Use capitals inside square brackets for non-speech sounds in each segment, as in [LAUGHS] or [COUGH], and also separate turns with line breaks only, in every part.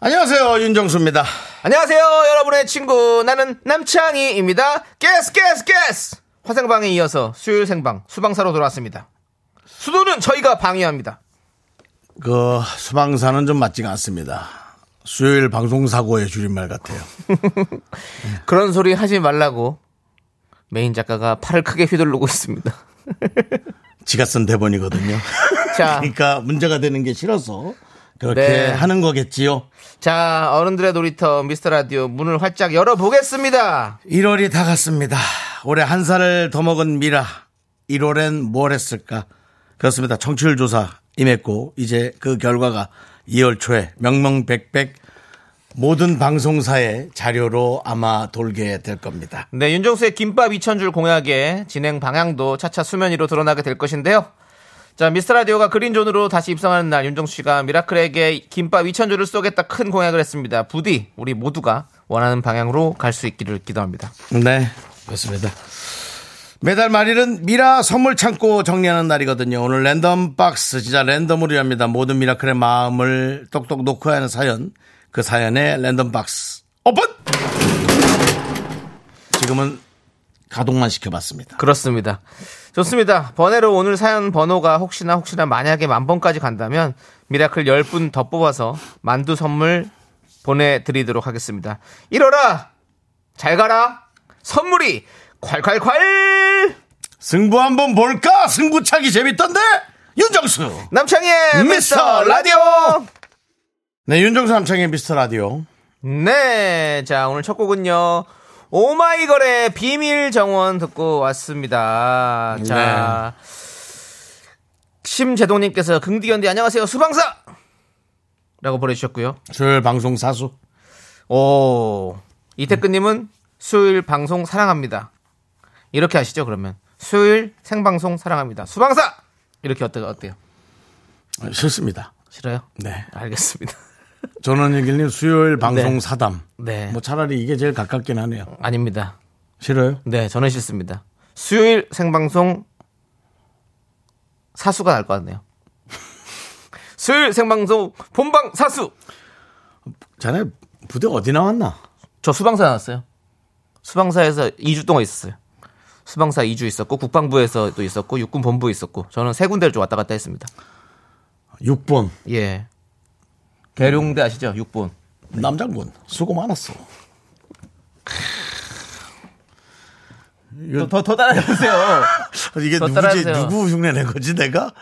안녕하세요 윤정수입니다.
안녕하세요, 여러분의 친구. 나는 남창희입니다. 깨스, 깨스, 깨스! 화생방에 이어서 수요일 생방, 수방사로 돌아왔습니다. 수도는 저희가 방해합니다.
그 수방사는 좀 맞지가 않습니다. 수요일 방송 사고의 줄임말 같아요.
그런 소리 하지 말라고 메인 작가가 팔을 크게 휘두르고 있습니다.
지가 쓴 대본이거든요. [LAUGHS]
자,
그러니까 문제가 되는 게 싫어서 그렇게
네.
하는 거겠지요.
자, 어른들의 놀이터 미스터 라디오 문을 활짝 열어보겠습니다.
1월이 다 갔습니다. 올해 한 살을 더 먹은 미라. 1월엔 뭘 했을까? 그렇습니다. 청취율 조사 임했고 이제 그 결과가 2월 초에 명명백백 모든 방송사의 자료로 아마 돌게 될 겁니다.
네, 윤정수의 김밥 2000줄 공약의 진행 방향도 차차 수면 위로 드러나게 될 것인데요. 자, 미스터 라디오가 그린존으로 다시 입성하는 날 윤정수 씨가 미라클에게 김밥 2000줄을 쏘겠다 큰 공약을 했습니다. 부디 우리 모두가 원하는 방향으로 갈 수 있기를 기도합니다.
네, 그렇습니다. 매달 말일은 미라 선물 창고 정리하는 날이거든요. 오늘 랜덤 박스 진짜 랜덤으로 합니다. 모든 미라클의 마음을 똑똑 놓고 하는 사연, 그 사연의 랜덤 박스 오픈. 지금은 가동만 시켜봤습니다.
그렇습니다. 좋습니다. 번외로 오늘 사연 번호가 혹시나 혹시나 만약에 만 번까지 간다면 미라클 10분 더 뽑아서 만두 선물 보내드리도록 하겠습니다. 이러라! 잘 가라! 선물이 콸콸콸!
승부 한번 볼까? 승부차기 재밌던데. 윤정수.
남창희의 미스터
미스터
라디오!
네, 윤정수 남창의 미스터 라디오.
네. 자, 오늘 첫 곡은요. 오마이걸의 비밀 정원 듣고 왔습니다. 자. 심재동님께서 긍디견디 안녕하세요. 수방사! 라고 보내주셨고요.
수요일 방송 사수.
오. 이태근님은 수요일 방송 사랑합니다. 이렇게 하시죠, 그러면. 수요일 생방송 사랑합니다. 수방사! 이렇게 어때요? 어때요?
어, 싫습니다.
싫어요?
네.
알겠습니다.
전원일기님 수요일 방송 사담.
네.
뭐 차라리 이게 제일 가깝긴 하네요.
아닙니다.
싫어요?
네, 저는 싫습니다. 수요일 생방송 사수가 날 것 같네요. [LAUGHS] 수요일 생방송 본방 사수.
자네 부대 어디 나왔나?
저 수방사 나왔어요. 수방사에서 2주 동안 있었어요. 수방사 2주 있었고 국방부에서도 있었고 육군 본부 에 있었고 저는 세 군데를 좀 왔다 갔다 했습니다.
6번
예. 계룡대 아시죠? 육본.
남장군 수고 많았어.
더 더 따라해보세요. [LAUGHS]
이게
저
누구지?
따라하세요.
누구 흉내 낸 거지 내가?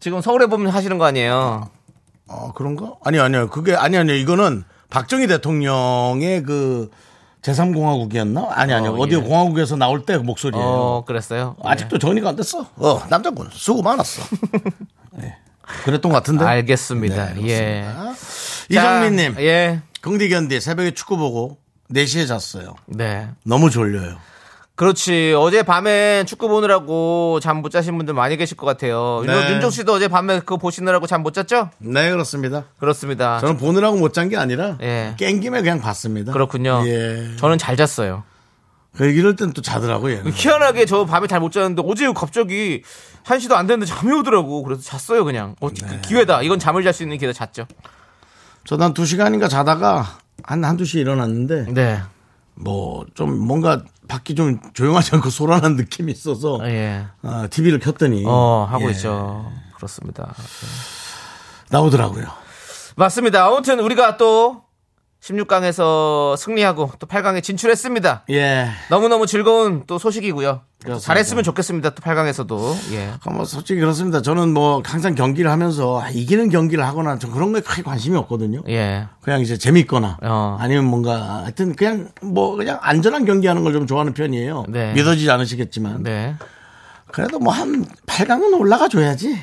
지금 서울에 보면 하시는 거 아니에요?
아 그런가? 아니 아니요 그게 아니 아니요 이거는 박정희 대통령의 그 제3공화국이었나? 아니 아니요
어,
어, 디요
예.
공화국에서 나올 때 목소리예요.
어, 그랬어요.
아직도 정리가 안 됐어. 어 남장군 수고 [LAUGHS] 많았어. 예. 그랬던 것 같은데.
알겠습니다.
네,
아, 예.
이정민님,
자, 예.
긍디견디 새벽에 축구 보고 4시에 잤어요.
네.
너무 졸려요.
그렇지. 어제 밤에 축구 보느라고 잠 못 자신 분들 많이 계실 것 같아요.
네.
윤- 윤종 씨도 어제 밤에 그거 보시느라고 잠 못 잤죠?
네 그렇습니다.
그렇습니다.
아, 저는 보느라고 못 잔 게 아니라
예.
깬 김에 그냥 봤습니다.
그렇군요.
예.
저는 잘 잤어요.
그 이럴 땐 또 자더라고 얘는.
희한하게 저 밤에 잘 못 잤는데 어제 갑자기 1시도 안 됐는데 잠이 오더라고. 그래서 잤어요, 그냥. 어,
네.
그 기회다. 이건 잠을 잘 수 있는 기회다. 잤죠.
저난 두 시간인가 자다가 한 한두 시에 일어났는데
네.
뭐 좀 뭔가 밖이 좀 조용하지 않고 소란한 느낌이 있어서
예.
아, TV를 켰더니
어, 하고
예,
있죠. 그렇습니다.
나오더라고요.
맞습니다. 아무튼 우리가 또 16강에서 승리하고 또 8강에 진출했습니다.
예.
너무너무 즐거운 또 소식이고요.
그렇습니다.
잘했으면 좋겠습니다. 또 8강에서도. 예.
그러니까 뭐 솔직히 그렇습니다. 저는 뭐 항상 경기를 하면서 아, 이기는 경기를 하거나 좀 그런 거에 크게 관심이 없거든요.
예.
그냥 이제 재밌거나
어.
아니면 뭔가 하여튼 그냥 뭐 그냥 안전한 경기하는 걸 좀 좋아하는 편이에요.
네.
믿어지지 않으시겠지만
네.
그래도 뭐 한 8강은 올라가 줘야지.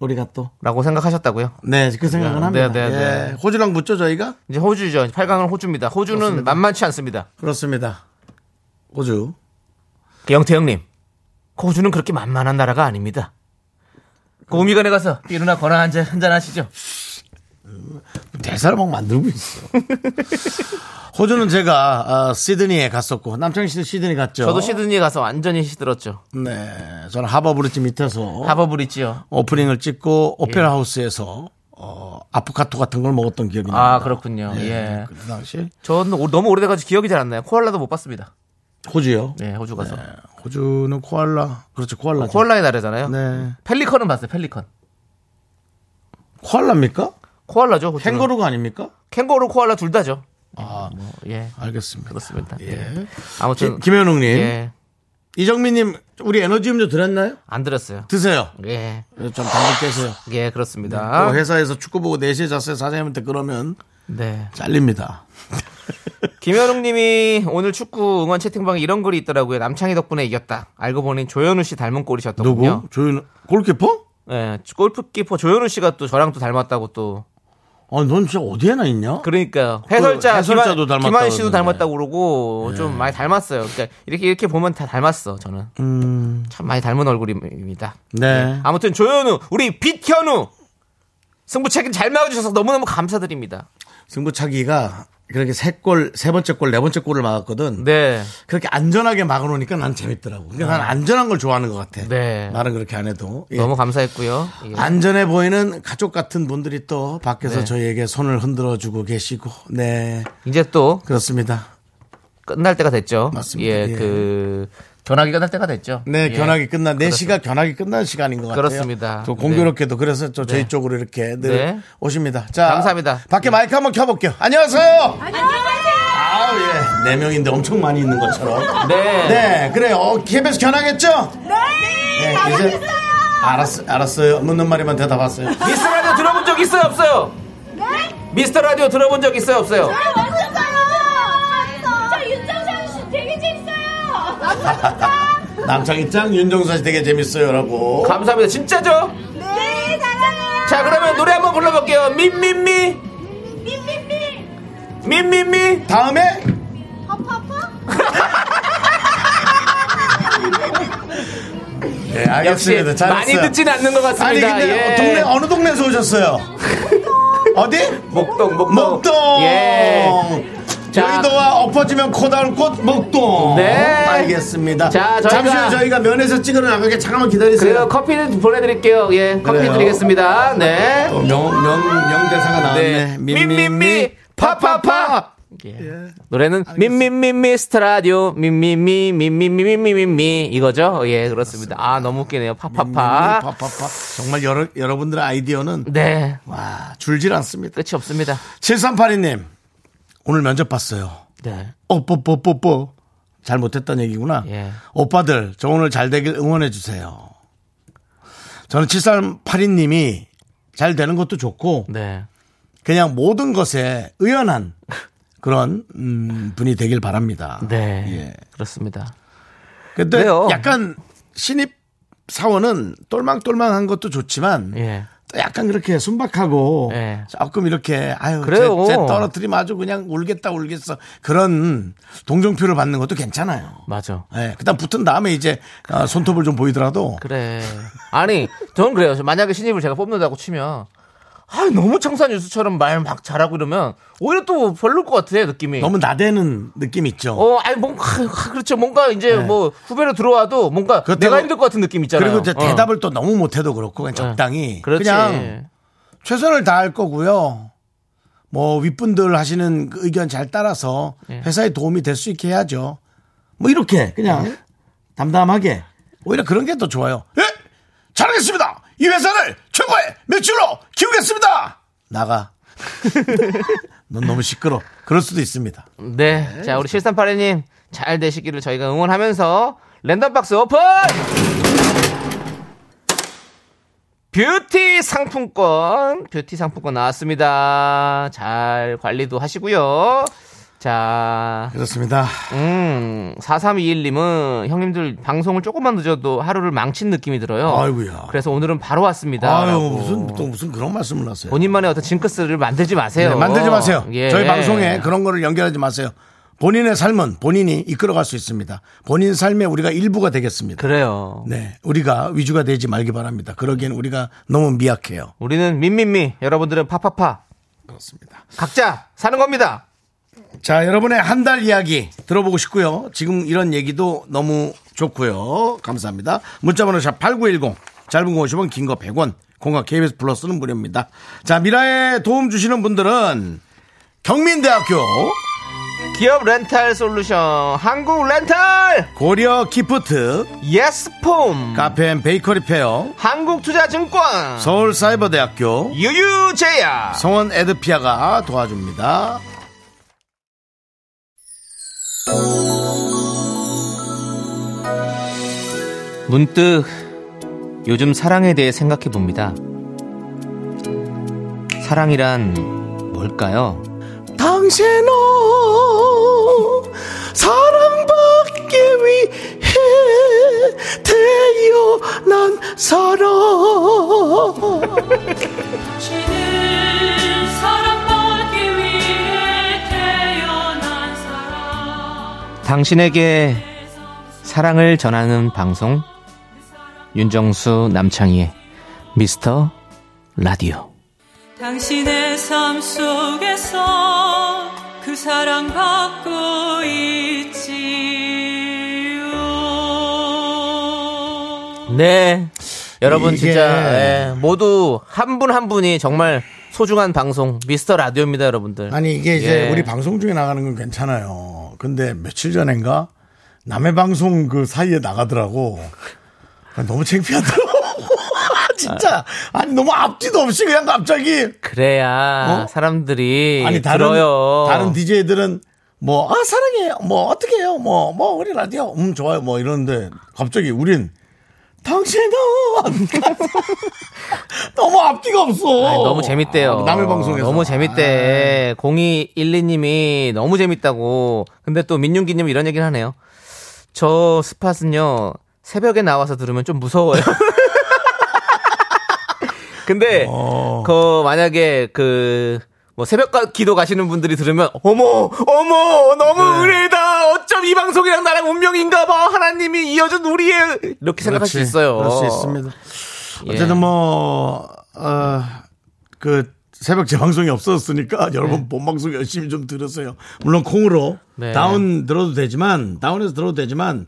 우리가 또.
라고 생각하셨다고요.
네, 그 생각은
네,
합니다.
네, 네.
예, 호주랑 붙죠, 저희가?
이제 호주죠. 8강은 호주입니다. 호주는 만만치 않습니다.
그렇습니다. 호주.
영태형님, 호주는 그렇게 만만한 나라가 아닙니다. 고미관에 가서 비누나 거나 한잔 한잔 하시죠.
그렇죠. 대사를 막 만들고 있어. [LAUGHS] 호주는 제가 어, 시드니에 갔었고 남창희 씨도 시드니 갔죠.
저도 시드니에 가서 완전히 시들었죠.
네, 저는 하버 예. 브릿지 밑에서
하버브릿지요.
오프닝을 찍고 오페라 하우스에서 어, 아포카토 같은 걸 먹었던 기억이
아
납니다.
그렇군요. 예.
음. 그 당시
저는 오- 너무 오래돼가지고 기억이 잘 안 나요. 코알라도 못 봤습니다.
호주요.
네, 호주 가서.
네, 호주는 코알라. 그렇죠, 코알라.
코알라의 나라잖아요.
네,
펠리컨은 봤어요. 펠리컨.
코알라입니까?
코알라죠. 호주는.
캥거루가 아닙니까?
캥거루, 코알라 둘 다죠.
아,
뭐, 예.
알겠습니다.
그렇습니다.
예.
아무튼
김현웅님,
예.
이정민님, 우리 에너지 음료 드렸나요?
안 들었어요.
드세요. 아.
예.
좀 당근 깨세요.
예, 그렇습니다.
네, 또 회사에서 축구 보고 4시에 잤어요. 사장님한테 그러면
네.
잘립니다.
김현웅 님이 오늘 축구 응원 채팅방에 이런 글이 있더라고요. 남창희 덕분에 이겼다. 알고 보니 조현우 씨 닮은 꼴이셨더군요.
누구? 조윤 골키퍼?
예, 골프키퍼 조현우 씨가 또 저랑 또 닮았다고 또.
아, 넌 진짜 어디에나 있냐?
그러니까요. 해설자
해설자도
김한,
닮았다고
김한 씨도
그러는데. 예.
닮았다고 그러고 좀 많이 닮았어요. 그러니까 이렇게 이렇게 보면 다 닮았어, 저는.
음.
참 많이 닮은 얼굴입니다.
네.
아무튼 조현우, 우리 빛현우 승부차기는 잘 막아주셔서 너무너무 감사드립니다.
승부차기가 그렇게 세 골, 세 번째 골, 네 번째 골을 막았거든.
네,
그렇게 안전하게 막아놓으니까 난 재밌더라고. 그러니까 난 안전한 걸 좋아하는 것 같아.
네.
나는 그렇게 안 해도. 예.
너무 감사했고요. 예.
안전해 보이는 가족 같은 분들이 또 밖에서
네.
저희에게 손을 흔들어 주고 계시고, 네.
이제 또
그렇습니다.
끝날 때가 됐죠.
맞습니다.
예,
예.
그 견학이 끝날 때가 됐죠.
네,
예.
견학이 끝난 4시가 견학이 끝난 시간인 것 같아요.
그렇습니다.
또 공교롭게도 그래서 저 저희 쪽으로 이렇게 늘
네.
오십니다. 자,
감사합니다. 네.
밖에 마이크 한번 켜볼게요. 안녕하세요. 안녕하세요. 아우 예, 네 명인데 엄청 많이 있는 것처럼.
네.
네, 그래요. 어, KBS 견학했죠? 네. 이제 알았 알았어요. 묻는 말에만 대답하세요.
미스터 라디오 들어본 적 있어요, 없어요? 미스터 라디오 들어본 적 있어요, 없어요?
남창희 짱 윤정선 씨 되게 재밌어요라고.
감사합니다. 진짜죠?
네,
자, 그러면 노래 한번 불러볼게요. 민민미. 민민미.
다음에 네,
역시
알겠습니다. 잘했어요.
많이 듣진 않는 것
아니
같습니다.
근데
예.
동네 어느 동네에서 오셨어요?
[LAUGHS]
어디?
목동, 목동.
목동.
예. 자.
여의도와 엎어지면 코다운 꽃 목동.
네.
알겠습니다.
자, 저희가-
잠시 후에 저희가 면에서 찍어 나가게 잠깐만
그래요.
기다리세요.
커피는 보내드릴게요. 예, 커피
그래요. 어.
드리겠습니다. 네.
명, 명, 명대사가 나왔네.
네.
민민미,
민민미,
파파파.
파파파. 예. 노래는 민민민미 스트라디오 민민미 민민미민민미 이거죠? 예 그렇습니다. 아 너무 웃기네요.
민민미,
파파파.
파파파. 정말 여러, 여러분들의 아이디어는
네
와, 줄질 않습니다.
끝이 없습니다.
7382님, 오늘 면접 봤어요.
네.
오뽀뽀뽀뽀. 잘못했단 얘기구나.
예.
오빠들, 저 오늘 잘 되길 응원해주세요. 저는 7382님이 잘 되는 것도 좋고,
네.
그냥 모든 것에 의연한 그런, 음, 분이 되길 바랍니다.
네.
예.
그렇습니다.
근데
왜요?
약간 신입 사원은 똘망똘망한 것도 좋지만,
예.
또 약간 그렇게 순박하고
예.
조금 이렇게 아유
그래요.
쟤, 쟤 떨어뜨리면 아주 그냥 울겠다 울겠어 그런 동정표를 받는 것도 괜찮아요.
맞아.
예, 그다음 붙은 다음에 이제 아, 손톱을 좀 보이더라도
그래. 아니 저는 그래요. 만약에 신입을 제가 뽑는다고 치면 아 너무 청산 유수처럼 말 막 잘하고 이러면 오히려 또 별로일 것 같아요 느낌이.
너무 나대는 느낌 있죠.
어, 아니 뭔가 아, 그렇죠. 뭔가 이제 뭐 후배로 들어와도 뭔가
네. 그렇다고-
내가 힘들 것 같은 느낌 있잖아요.
그리고 이제
어.
대답을 또 너무 못해도 그렇고 그냥
네.
적당히
그렇지.
그냥 최선을 다할 거고요. 뭐 윗분들 하시는 그 의견 잘 따라서
예.
회사에 도움이 될 수 있게 해야죠. 뭐 이렇게
예.
그냥 담담하게 오히려 그런 게 더 좋아요. 예, 잘하겠습니다. 이 회사를 최고의 매출로 키우겠습니다. 나가. [LAUGHS] 넌 너무 시끄러. 그럴 수도 있습니다.
네. 자 우리 7382님 잘 되시기를 저희가 응원하면서 랜덤박스 오픈. 뷰티 상품권, 뷰티 상품권 나왔습니다. 잘 관리도 하시고요. 자,
그렇습니다.
음, 4321님은 형님들 방송을 조금만 늦어도 하루를 망친 느낌이 들어요.
아이고야.
그래서 오늘은 바로 왔습니다.
아유,
라고.
무슨, 또 무슨 그런 말씀을 하세요.
본인만의 어떤 징크스를 만들지 마세요.
네, 만들지 마세요.
예.
저희 방송에 그런 거를 연결하지 마세요. 본인의 삶은 본인이 이끌어갈 수 있습니다. 본인 삶의 우리가 일부가 되겠습니다.
그래요.
네, 우리가 위주가 되지 말기 바랍니다. 그러기엔 우리가 너무 미약해요.
우리는 민민미, 여러분들은 파파파.
그렇습니다.
각자 사는 겁니다.
자, 여러분의 한 달 이야기 들어보고 싶고요. 지금 이런 얘기도 너무 좋고요. 감사합니다. 문자번호 샵 8910, 짧은 거 50원, 긴 거 100원, 공과 KBS 플러스는 무료입니다. 자, 미라에 도움 주시는 분들은 경민대학교,
기업 렌탈 솔루션, 한국 렌탈,
고려 기프트,
예스폼,
카페 앤 베이커리 페어,
한국투자증권,
서울사이버대학교
유유제야.
성원 에드피아가 도와줍니다.
문득 요즘 사랑에 대해 생각해 봅니다. 사랑이란 뭘까요?
당신은 사랑받기 위해 태어난 사람
당신은 사랑받기 위해 태어난 사람
당신에게 사랑을 전하는 방송 윤정수 남창희의 미스터 라디오
당신의 삶 속에서 그 사랑받고 있지요
네 여러분
이게-
진짜 예, 모두 한 분 한 분이 정말 소중한 방송 미스터 라디오입니다 여러분들
아니 이게 이제
예.
우리 방송 중에 나가는 건 괜찮아요 근데 며칠 전인가 남의 방송 그 사이에 나가더라고 너무 창피하더라고 [LAUGHS] 진짜 아니 너무 앞뒤도 없이 그냥 갑자기
그래야
어?
사람들이
아니 다른
들어요
다른 DJ들은 뭐 아 사랑해요 뭐 어떻게 해요 뭐 뭐 우리 라디오 음 좋아요 뭐 이러는데 갑자기 우린 당신은 [LAUGHS] 너무 앞뒤가 없어
아니, 너무 재밌대요.
아, 남의 방송에서 네.
너무 재밌대. 0212님이 너무 재밌다고. 근데 또 민윤기님 이런 얘기를 하네요. 저 스팟은요, 새벽에 나와서 들으면 좀 무서워요. [LAUGHS] 근데,
어.
그, 만약에 그, 뭐 새벽 가- 기도 가시는 분들이 들으면 어머 어머
네.
너무 의외다 어쩜 이 방송이랑 나랑 운명인가 봐 하나님이 이어준 우리의 이렇게 생각할 수
그렇지.
있어요
그럴 수 있습니다 어쨌든 뭐, 어,
예.
뭐어그 새벽 재방송이 없었으니까 [LAUGHS] 여러분 본 방송 열심히 좀 들으세요. 물론 콩으로
네.
다운 들어도 되지만 다운해서 들어도 되지만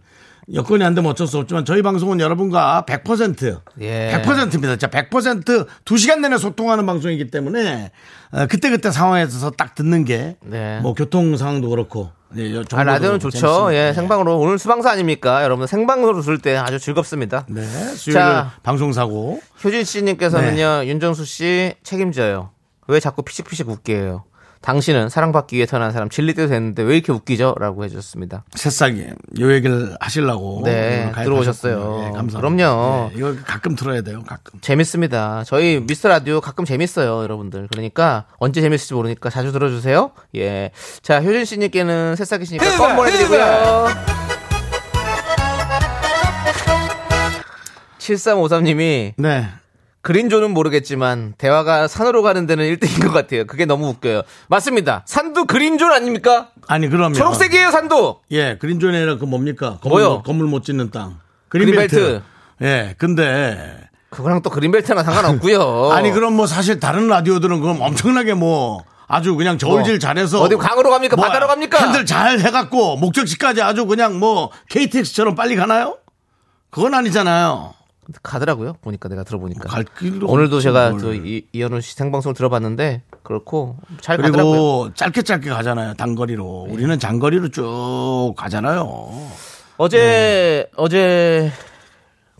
여건이 안 되면 어쩔 수 없지만 저희 방송은 여러분과 100%
예.
100%입니다. 자, 100%두 시간 내내 소통하는 방송이기 때문에 어, 그때 그때 상황에서 딱 듣는 게 뭐
네.
교통 상황도 그렇고 예, 여-
아,
정보도
라디오는
그렇고
좋죠.
재밌습니다. 네.
예, 생방으로. 오늘 수방사 아닙니까? 여러분, 생방으로 들을 때 아주 즐겁습니다.
네, 수요일
자.
방송 사고
효진 씨님께서는요,
네.
윤정수 씨 책임져요. 왜 자꾸 피식피식 웃게 해요? 당신은 사랑받기 위해 태어난 사람 진리 때도 됐는데 왜 이렇게 웃기죠? 라고 해주셨습니다.
새싹이 요 얘기를 하시려고
네,
오늘 가입하셨군요.
들어오셨어요.
예, 감사합니다.
그럼요.
예, 이거 가끔 들어야 돼요. 가끔.
재밌습니다. 저희 미스터 라디오 가끔 재밌어요, 여러분들. 그러니까 언제 재밌을지 모르니까 자주 들어주세요. 예. 자, 효진 씨님께는 새싹이시니까 껌 보내드리고요. 7353님이
네.
그린존은 모르겠지만 대화가 산으로 가는 데는 1등인 것 같아요. 그게 너무 웃겨요. 맞습니다. 산도 그린존 아닙니까?
아니 그러면
초록색이에요, 산도.
예, 그린존이 아니라 그 뭡니까? 건물,
뭐요?
못- 건물 못 짓는 땅.
그린벨트.
예, 근데
그거랑 또 그린벨트랑
[LAUGHS]
상관없고요.
아니 그럼 뭐 사실 다른 라디오들은 그럼 엄청나게 뭐 아주 그냥 저울질
뭐,
잘해서 뭐
어디 강으로 갑니까? 바다로 갑니까?
핸들 잘 해갖고 목적지까지 아주 그냥 뭐 KTX처럼 빨리 가나요? 그건 아니잖아요.
가더라고요. 보니까 내가 들어보니까.
갈 길도
오늘도
없지,
제가
뭘.
또 이, 이현우 씨 생방송을 들어봤는데 그렇고 잘 가더라고요. 네.
그리고 짧게 짧게 가잖아요. 단거리로. 우리는 장거리로 쭉 가잖아요. 네.
어제 어제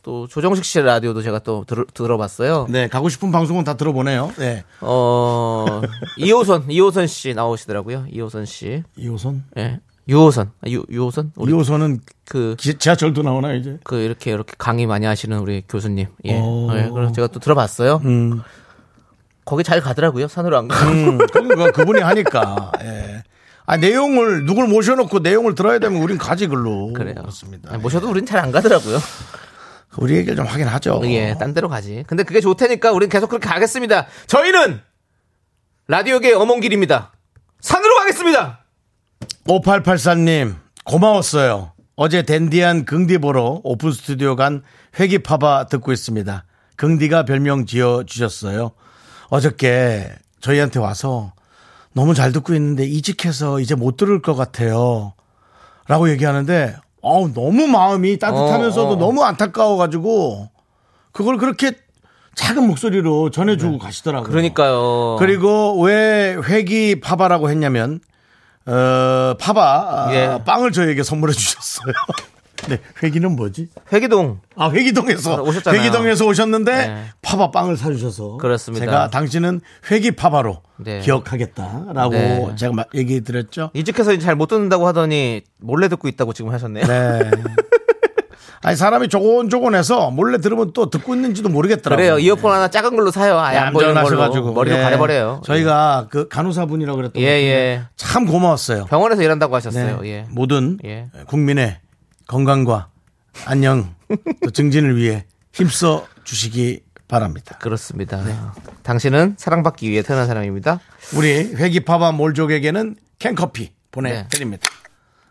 또 조정식 씨 라디오도 제가 또 들, 들어봤어요.
네, 가고 싶은 방송은 다 들어보네요. 네.
어 [LAUGHS] 이호선 이호선 씨 나오시더라고요. 이호선 씨.
2호선?
예. 유호선. 아, 유, 유호선? 우리
2호선은
그,
지하철도 나오나 이제?
그, 이렇게, 이렇게 강의 많이 하시는 우리 교수님. 예.
오.
예, 그래서 제가 또 들어봤어요.
어. 음. [LAUGHS]
거기 잘 가더라고요. 산으로 안 가고.
그건 그분이 하니까. 그 예. 아, 내용을 누굴 모셔놓고 내용을 들어야 되면 우린 가지 글로.
[LAUGHS] 그래요.
그렇습니다.
아니, 뭐 모셔도 우린 잘 안 가더라고요.
우리 얘기를 좀 하긴 하죠.
예, 딴 데로 가지. 근데 그게 좋다니까 우린 계속 그렇게 가겠습니다. 저희는 라디오계의 어몽길입니다. 산으로 가겠습니다.
5884님 고마웠어요. 어제 댄디한 긍디 보러 오픈 스튜디오 간 회기파바 듣고 있습니다. 긍디가 별명 지어 주셨어요. 어저께 저희한테 와서 너무 잘 듣고 있는데 이직해서 이제 못 들을 것 같아요. 라고 얘기하는데 어우 너무 마음이 따뜻하면서도
어, 어.
너무 안타까워 가지고 그걸 그렇게 작은 목소리로 전해주고 가시더라고요. 어.
네. 그러니까요.
그리고 왜 회기 파바라고 했냐면 어, 파바 아,
예.
빵을 저에게 선물해 주셨어요. [LAUGHS] 네, 회기는 뭐지?
회기동.
아, 회기동에서
아, 오셨잖아요.
회기동에서 오셨는데
네.
파바 빵을 사 주셔서
그렇습니다.
제가 당신은 회기 파바로
네.
기억하겠다라고
네. 예.
제가 막 얘기해 드렸죠.
이직해서 잘 못 듣는다고 하더니 몰래 듣고 있다고 지금 하셨네요.
네. [LAUGHS] 아니 사람이 조곤조곤해서 몰래 들으면 또 듣고 있는지도 모르겠더라고요.
그래요. 이어폰 하나 작은 걸로 사요. 아예 안 보이는 걸로.
얌전하셔가지고
머리로
예.
가려버려요.
저희가 그 간호사분이라고 그랬던
예,
것 같은데
예.
참 고마웠어요.
병원에서 일한다고
네.
하셨어요. 예.
모든
예.
국민의 건강과 안녕 또 증진을 위해 힘써 주시기 바랍니다.
그렇습니다.
네.
당신은 사랑받기 위해 태어난 사람입니다.
우리 회기파바 몰족에게는 캔커피 보내드립니다.
네.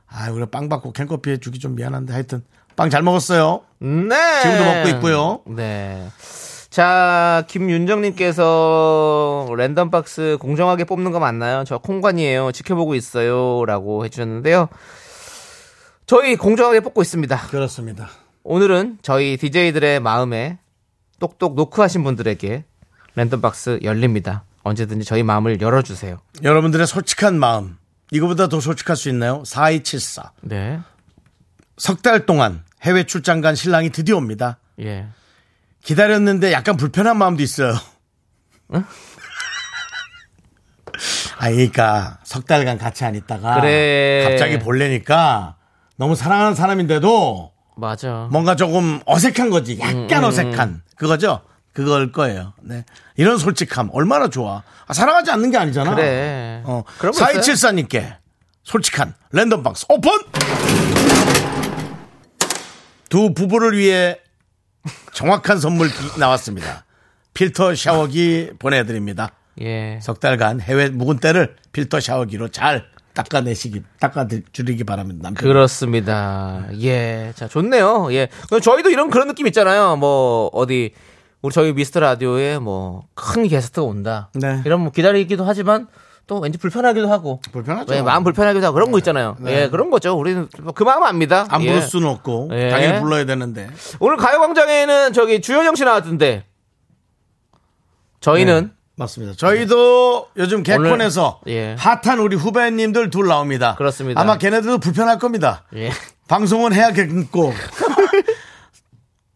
아, 우리 빵 받고 캔커피 해주기 좀 미안한데 하여튼 빵 잘 먹었어요.
네.
지금도 먹고 있고요.
네. 자, 김윤정님께서 랜덤박스 공정하게 뽑는 거 맞나요? 저 콩관이에요. 지켜보고 있어요. 라고 해주셨는데요. 저희 공정하게 뽑고 있습니다.
그렇습니다.
오늘은 저희 DJ들의 마음에 똑똑 노크하신 분들에게 랜덤박스 열립니다. 언제든지 저희 마음을 열어주세요.
여러분들의 솔직한 마음 이거보다 더 솔직할 수 있나요? 4274.
네.
석 달 동안 해외 출장 간 신랑이 드디어 옵니다.
예.
기다렸는데 약간 불편한 마음도 있어요. 아, 그러니까 석 달간 같이 안 있다가
그래.
갑자기 볼래니까 너무 사랑하는 사람인데도
맞아.
뭔가 조금 어색한 거지.
음,
약간 어색한 그거죠. 그걸 거예요. 네. 이런 솔직함 얼마나 좋아. 아, 사랑하지 않는 게 아니잖아.
그래.
어.
그런 거 있어요?
4274님께 솔직한 랜덤 박스 오픈! 두 부부를 위해 정확한 선물 기- 나왔습니다. 필터 샤워기 보내드립니다.
예.
석 달간 해외 묵은 때를 필터 샤워기로 잘 닦아내시기, 닦아주리기 바랍니다. 남편.
그렇습니다. 예. 자, 좋네요. 예. 그럼 저희도 이런 그런 느낌 있잖아요. 뭐, 어디, 우리 저희 미스터 라디오에 뭐, 큰 게스트가 온다.
네.
이런 뭐 기다리기도 하지만, 또 왠지 불편하기도 하고.
불편하죠. 네.
예, 마음 불편하기도 하고. 그런 거 있잖아요. 예, 그런 거죠. 우리는 뭐그 마음 압니다.
안
예.
부를 수는 없고
예.
당연히 불러야 되는데
오늘 가요광장에는 저기 주현영 씨 나왔던데. 저희는
맞습니다. 저희도 요즘 개콘에서
오늘, 예.
핫한 우리 후배님들 둘 나옵니다.
그렇습니다.
아마 걔네들도 불편할 겁니다.
예.
방송은
[LAUGHS]
해야겠고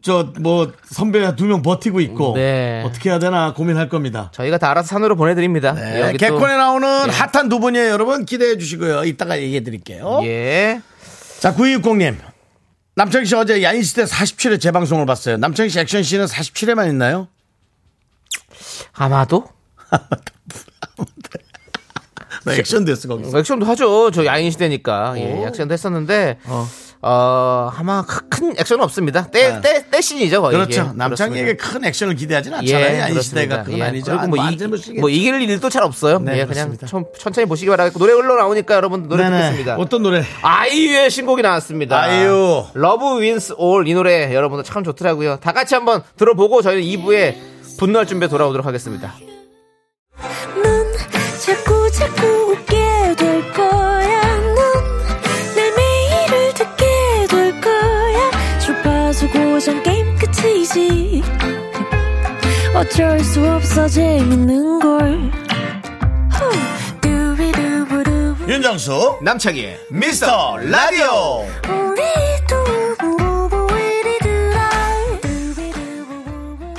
저 뭐 선배 두 명 버티고 있고
네.
어떻게 해야 되나 고민할 겁니다.
저희가 다 알아서 산으로 보내드립니다.
네,
여기 또- 예.
개콘에 나오는 핫한 두 분이에요, 여러분. 기대해 주시고요. 이따가 얘기해 드릴게요.
예.
자, 9260님. 남창희 씨 어제 야인시대 47회 재방송을 봤어요. 남창희 씨 액션 씨는 47회만 있나요?
아마도?
나 네, 액션 됐어, 거기서.
액션도 하죠. 저 야인 시대니까. 예, 액션도 했었는데 어. 아마 크- 큰 액션은 없습니다.
네.
때, 때, 때신이죠. 거의.
그렇죠.
예,
남창희에게
그렇습니다.
큰 액션을 기대하진 않잖아요.
예,
야인
그렇습니다.
시대가 그건
예.
아니죠.
그리고 뭐,
안
이,
젊으시겠죠.
뭐 이길 일도 잘 없어요.
네,
예, 그냥
그렇습니다.
천, 천히 보시기 바라겠고 노래 흘러나오니까 여러분 노래
네네.
듣겠습니다.
어떤 노래?
아이유의 신곡이 나왔습니다.
아이유.
러브 윈스 올 이 노래 여러분들 참 좋더라고요. 다 같이 한번 들어보고 저희는 2부에 분노할 준비에 돌아오도록 하겠습니다.
넌 자꾸 자꾸 웃게 될 거야. 넌내 매일을 듣게 될 거야. 주파수 고정 게임 끝이지. 어쩔 수 없어 재밌는 걸. 후. 두비두부두부.
윤정수 남창희의 미스터 라디오.
우리 두부부부 우리들아. 두비두부부부.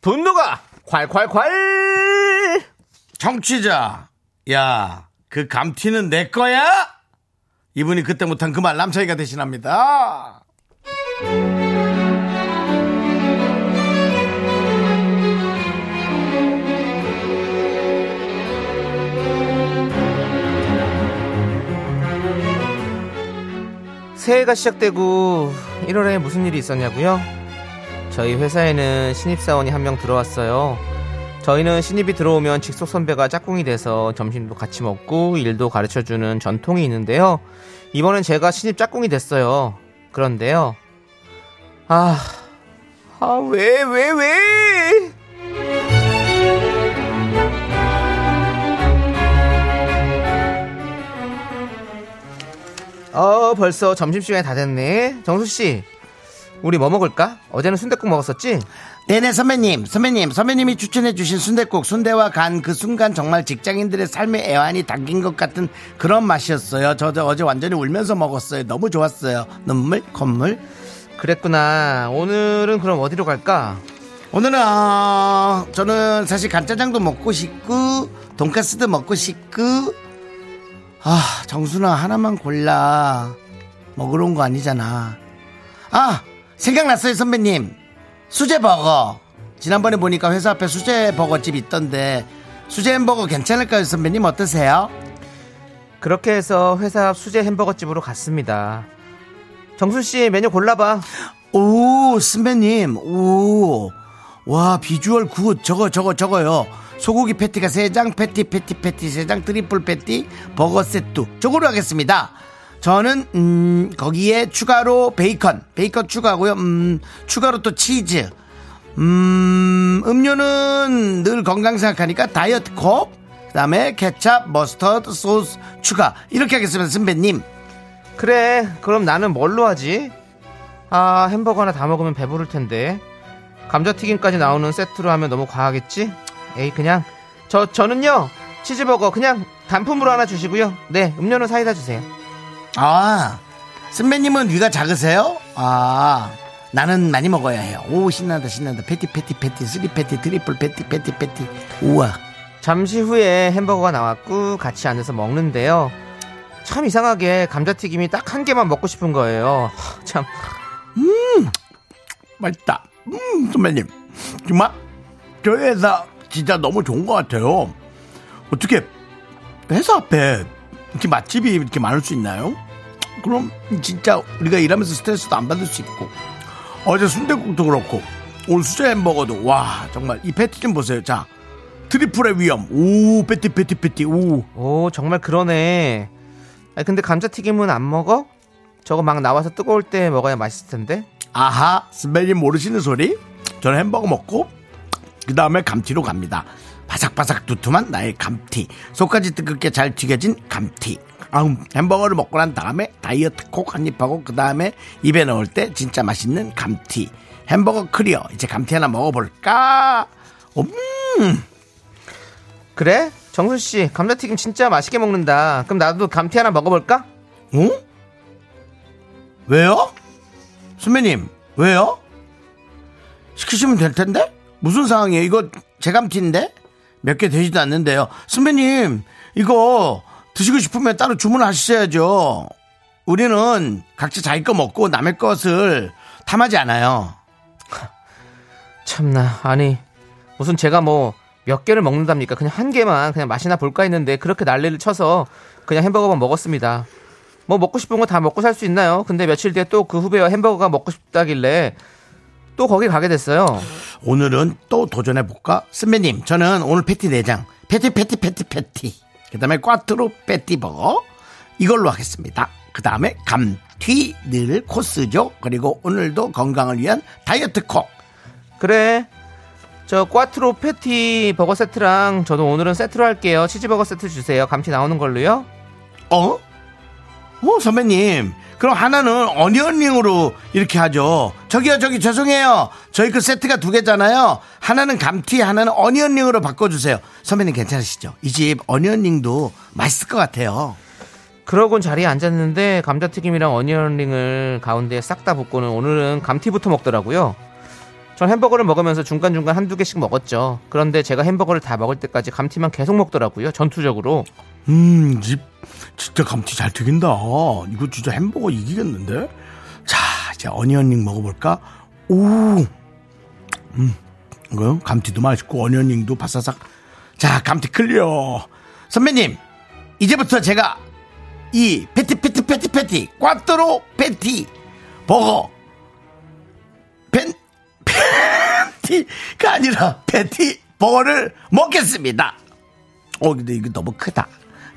분노가 콸콸콸!
정취자. 야, 그 감튀는 내 거야? 이분이 그때 못한 그 말 남창희가 대신합니다.
새해가 시작되고 1월에 무슨 일이 있었냐고요? 저희 회사에는 신입사원이 한 명 들어왔어요. 저희는 신입이 들어오면 직속 선배가 짝꿍이 돼서 점심도 같이 먹고 일도 가르쳐주는 전통이 있는데요. 이번엔 제가 신입 짝꿍이 됐어요. 그런데요. 아, 아, 왜, 왜, 왜? 어 벌써 점심시간이 다 됐네 정수씨 우리 뭐 먹을까? 어제는 순댓국 먹었었지?
네네 선배님 선배님 선배님이 추천해주신 순댓국 순대와 간 그 순간 정말 직장인들의 삶의 애환이 담긴 것 같은 그런 맛이었어요 저, 저 어제 완전히 울면서 먹었어요 너무 좋았어요 눈물 콧물
그랬구나 오늘은 그럼 어디로 갈까?
오늘은 어, 저는 사실 간짜장도 먹고 싶고 돈가스도 먹고 싶고 아 정순아 하나만 골라 먹으러 온 거 아니잖아 아 생각났어요 선배님 수제버거 지난번에 보니까 회사 앞에 수제버거집 있던데 수제 햄버거 괜찮을까요 선배님 어떠세요?
그렇게 해서 회사 앞 수제 햄버거집으로 갔습니다 정수씨 메뉴 골라봐
오, 선배님, 오. 와, 비주얼 굿. 저거, 저거, 저거요. 소고기 패티가 세장 패티, 패티, 패티, 세장 트리플 패티, 버거 세트. 저거로 하겠습니다. 저는, 음, 거기에 추가로 베이컨. 베이컨 추가하고요. 음, 추가로 또 치즈. 음, 음료는 늘 건강 생각하니까 다이어트 컵. 그 다음에 케찹, 머스터드, 소스, 추가. 이렇게 하겠습니다, 선배님.
그래 그럼 나는 뭘로 하지? 아 햄버거 하나 다 먹으면 배부를 텐데 감자튀김까지 나오는 세트로 하면 너무 과하겠지? 에이 그냥 저 저는요 치즈버거 그냥 단품으로 하나 주시고요 네 음료는 사이다 주세요
아, 선배님은 위가 작으세요? 아, 나는 많이 먹어야 해요. 오, 신난다, 신난다. 패티, 패티, 패티, 쓰리 패티, 트리플 패티, 패티, 패티. 우와.
잠시 후에 햄버거가 나왔고 같이 앉아서 먹는데요. 참 이상하게 감자튀김이 딱 한 개만 먹고 싶은 거예요. 하, 참
맛있다. 음, 선배님. 정말, 저희 회사 진짜 너무 좋은 것 같아요. 어떻게, 회사 앞에 이렇게 맛집이 이렇게 많을 수 있나요? 그럼 진짜 우리가 일하면서 스트레스도 안 받을 수 있고, 어제 순대국도 그렇고, 오늘 수제 햄버거도, 와, 정말, 이 패티 좀 보세요. 자, 트리플의 위험. 오, 패티, 패티, 패티, 오.
오 정말 그러네. 아니, 근데 감자튀김은 안 먹어? 저거 막 나와서 뜨거울 때 먹어야 맛있을 텐데.
아하, 선배님 모르시는 소리? 저는 햄버거 먹고 그 다음에 감튀로 갑니다. 바삭바삭 두툼한 나의 감튀, 속까지 뜨겁게 잘 튀겨진 감튀. 아음, 햄버거를 먹고 난 다음에 다이어트 콕 한 입하고 그 다음에 입에 넣을 때 진짜 맛있는 감튀. 햄버거 크리어, 이제 감튀 하나 먹어볼까? 음,
그래? 정순 씨 감자튀김 진짜 맛있게 먹는다. 그럼 나도 감튀 하나 먹어볼까?
어? 왜요? 선배님, 왜요? 시키시면 될 텐데? 무슨 상황이에요? 이거 제감튀인데? 몇 개 되지도 않는데요. 선배님, 이거 드시고 싶으면 따로 주문하셔야죠. 우리는 각자 자기 거 먹고 남의 것을 탐하지 않아요.
참나 아니 무슨 제가 뭐 몇 개를 먹는답니까? 그냥 한 개만 그냥 맛이나 볼까 했는데 그렇게 난리를 쳐서 그냥 햄버거만 먹었습니다. 뭐 먹고 싶은 거 다 먹고 살 수 있나요? 근데 며칠 뒤에 또 그 후배와 햄버거가 먹고 싶다길래 또 거기 가게 됐어요.
오늘은 또 도전해볼까? 선배님, 저는 오늘 패티 네 내장. 패티, 패티, 패티, 패티. 그 다음에 꽈트로 패티 버거. 이걸로 하겠습니다. 그 다음에 감튀 늘 코스죠. 그리고 오늘도 건강을 위한 다이어트 콕.
그래 저 꽈트로 패티 버거 세트랑 저도 오늘은 세트로 할게요. 치즈버거 세트 주세요. 감튀 나오는 걸로요.
어? 어, 선배님. 그럼 하나는 어니언링으로 이렇게 하죠. 저기요, 저기 죄송해요. 저희 그 세트가 두 개잖아요. 하나는 감튀, 하나는 어니언링으로 바꿔주세요. 선배님 괜찮으시죠? 이 집 어니언링도 맛있을 것 같아요.
그러곤 자리에 앉았는데 감자튀김이랑 어니언링을 가운데에 싹 다 붓고는 오늘은 감튀부터 먹더라고요. 전 햄버거를 먹으면서 중간중간 한두 개씩 먹었죠. 그런데 제가 햄버거를 다 먹을 때까지 감튀만 계속 먹더라고요. 전투적으로.
음, 집 진짜 감튀 잘 튀긴다. 이거 진짜 햄버거 이기겠는데? 자, 이제 어니언링 먹어볼까? 오, 음, 이거 감튀도 맛있고 어니언링도 바사삭. 자, 감튀 클리어. 선배님, 이제부터 제가 이 패티 패티 패티 패티 꽈뚜로 패티 버거 팬 [LAUGHS] 패티가 아니라 패티 버거를 먹겠습니다. 어 근데 이게 너무 크다.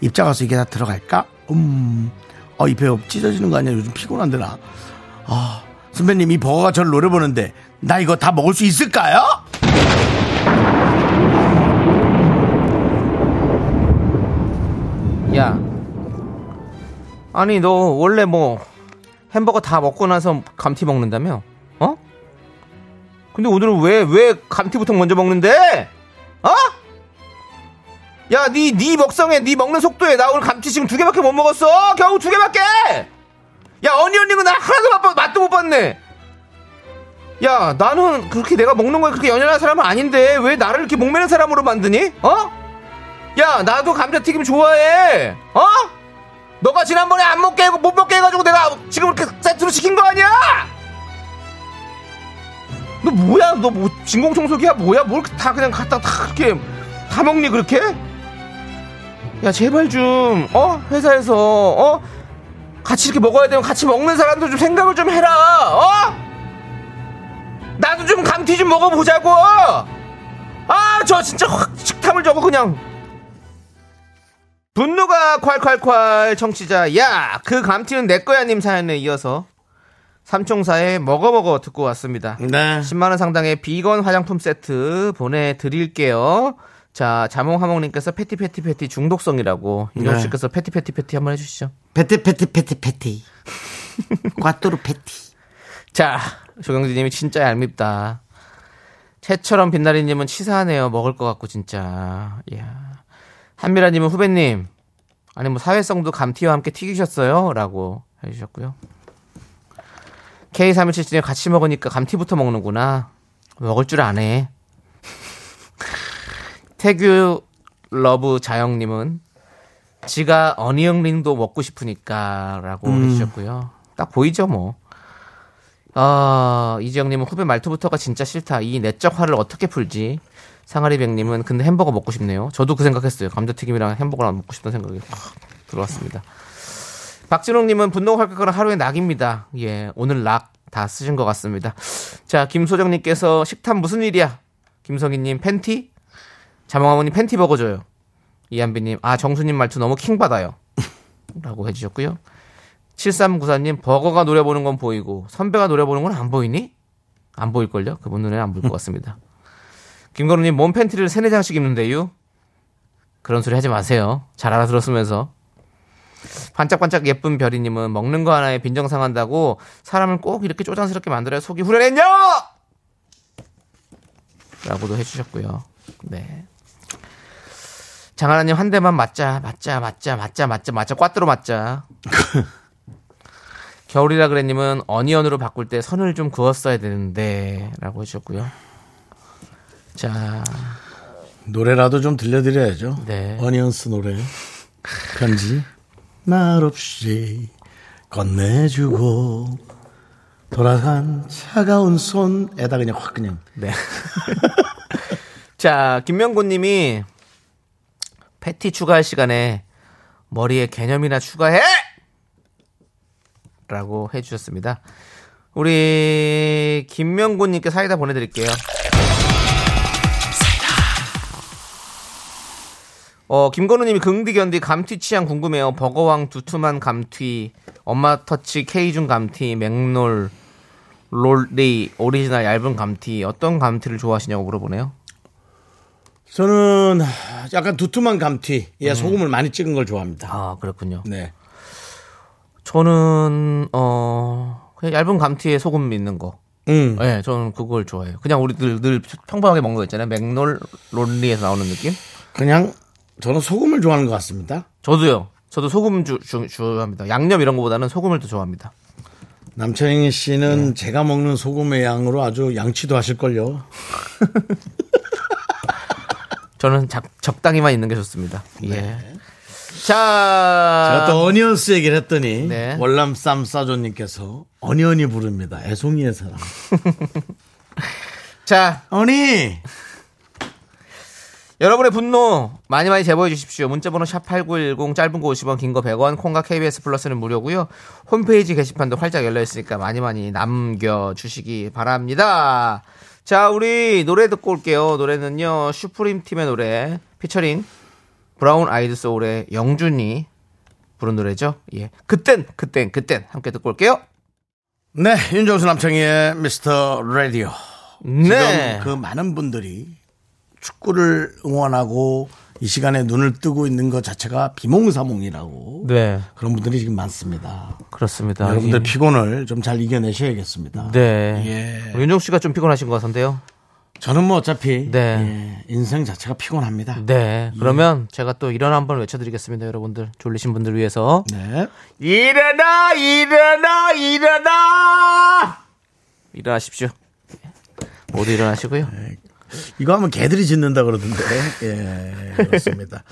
입장 와서 이게 다 들어갈까? 음, 어 이 배업 찢어지는 거 아니야? 요즘 피곤한데 나. 아 선배님 이 버거가 저를 노려보는데 나 이거 다 먹을 수 있을까요?
야. 아니, 너 원래 뭐 햄버거 다 먹고 나서 감튀 먹는다며? 어? 근데 오늘은 왜, 왜 감튀부터 먼저 먹는데? 어? 야, 니, 니 먹성에, 니 먹는 속도에 나 오늘 감튀 지금 두 개밖에 못 먹었어! 겨우 두 개밖에! 야, 어니언니는 나 하나도 맛, 맛도 못 봤네! 야, 나는 그렇게 내가 먹는 거에 그렇게 연연한 사람은 아닌데 왜 나를 이렇게 목매는 사람으로 만드니? 어? 야 나도 감자튀김 좋아해 어? 너가 지난번에 안 먹게 해고 못 먹게 해가지고 내가 지금 이렇게 세트로 시킨 거 아니야? 너 뭐야 너 뭐 진공청소기야 뭐야 뭘 다 그냥 갖다 다 그렇게 다 먹니 그렇게? 야 제발 좀 어? 회사에서 어? 같이 이렇게 먹어야 되면 같이 먹는 사람도 좀 생각을 좀 해라 어? 나도 좀 감튀 좀 먹어보자고 아 저 진짜 확 식탐을 저거 그냥 분노가 콸콸콸 청취자 야 그 감튀는 내 거야 님 사연에 이어서 삼총사의 먹어먹어 듣고 왔습니다
네.
10만원 상당의 비건 화장품 세트 보내드릴게요 자 자몽하몽님께서 패티패티패티 중독성이라고 윤정씨께서 패티패티패티 한번 해주시죠
네. 패티 패티 패티 패티 꽈뚜로 패티
자, 조경진님이 진짜 얄밉다. 채처럼 빛나리님은 치사하네요. 먹을 것 같고 진짜. 이야. 한미라님은 후배님, 아니 뭐 사회성도 감튀와 함께 튀기셨어요?라고 해주셨고요. K 3 1 7 7님 같이 먹으니까 감튀부터 먹는구나. 먹을 줄 아네. [LAUGHS] 태규 러브 자영님은 지가 어니언링도 먹고 싶으니까라고 해주셨고요. 딱 보이죠 뭐. 아, 이지영님은 후배 말투부터가 진짜 싫다. 이 내적 화를 어떻게 풀지? 상아리백님은 근데 햄버거 먹고 싶네요. 저도 그 생각했어요. 감자튀김이랑 햄버거랑 먹고 싶다는 생각이 확 들어왔습니다. 박진홍님은 분노가 활각하는 하루의 낙입니다. 예, 오늘 낙 다 쓰신 것 같습니다. 자, 김소정님께서 식탐 무슨 일이야? 김성희님 팬티? 자몽아모님 팬티 버거 줘요. 이한비님, 아, 정수님 말투 너무 킹받아요. 라고 해주셨고요. 7394님 버거가 노려보는 건 보이고 선배가 노려보는 건 안 보이니? 안 보일걸요? 그분 눈에는 안 보일 것 같습니다. 김건우님 몸 팬티를 세네 장씩 입는데요. 그런 소리 하지 마세요. 잘 알아들었으면서. 반짝반짝 예쁜 별이님은 먹는 거 하나에 빈정상한다고 사람을 꼭 이렇게 쪼잔스럽게 만들어야 속이 후련했냐? 라고도 해주셨고요. 네. 장하나님 한 대만 맞자, 맞자, 맞자, 맞자, 맞자, 맞자, 꽈뜨로 맞자. 겨울이라 그래님은 어니언으로 바꿀 때 선을 좀 그었어야 되는데라고 해주셨고요. 자,
노래라도 좀 들려드려야죠.
네.
어니언스 노래 편지 말 없이 건네주고 돌아간 차가운 손에다 그냥 확 그냥
네. [LAUGHS] 자, 김명곤님이 패티 추가할 시간에 머리에 개념이나 추가해! 라고 해주셨습니다. 우리 김명곤님께 사이다 보내드릴게요. 어, 김건우님이 긍디 견디 감튀 취향 궁금해요. 버거왕 두툼한 감튀, 엄마 터치 케이준 감튀, 맥놀, 롤리 오리지널 얇은 감튀 어떤 감튀를 좋아하시냐고 물어보네요.
저는 약간 두툼한 감튀 예 소금을 많이 찍은 걸 좋아합니다.
아 그렇군요.
네.
저는 어 그냥 얇은 감튀에 소금 있는 거.
음.
네, 저는 그걸 좋아해요. 그냥 우리 늘, 늘 평범하게 먹는 거 있잖아요. 맥놀 롤리에서 나오는 느낌.
그냥 저는 소금을 좋아하는 것 같습니다.
저도요. 저도 소금 주, 주, 좋아합니다. 양념 이런 거보다는 소금을 더 좋아합니다.
남창희
네.
씨는 제가 먹는 소금의 양으로 아주 양치도 하실걸요.
저는 작- 적당히만 있는 게 좋습니다. 예.
제가
자,
또 어니언스 얘기를 했더니
아. 네.
월남쌈 싸조님께서 어니언이 부릅니다. 애송이의 사랑.
자,
어니
여러분의 분노 많이 많이 제보해 주십시오. 문자번호 샵 8910 짧은 거 50원 긴 거 100원 콩과 KBS 플러스는 무료고요. 홈페이지 게시판도 활짝 열려 있으니까 많이 많이 남겨주시기 바랍니다. 자 우리 노래 듣고 올게요. 노래는요 슈프림 팀의 노래 피처링 브라운 아이드 소울의 영준이 부른 노래죠. 예 그땐 그땐 그땐 함께 듣고 올게요.
네, 윤정수 남창희의 미스터 라디오.
네.
지금 그 많은 분들이 축구를 응원하고 이 시간에 눈을 뜨고 있는 것 자체가 비몽사몽이라고
네
그런 분들이 지금 많습니다.
그렇습니다. 예.
여러분들 피곤을 좀 잘 이겨내셔야겠습니다.
네.
예.
윤종 씨가 좀 피곤하신 것 같은데요.
저는 뭐 어차피
네.
예, 인생 자체가 피곤합니다.
네. 그러면 제가 또 일어나 한번 외쳐드리겠습니다, 여러분들. 졸리신 분들 위해서.
네.
일어나, 일어나, 일어나! 일어나십시오. 네. 모두 일어나시고요.
이거 하면 개들이 짖는다 그러던데. 예, 그렇습니다.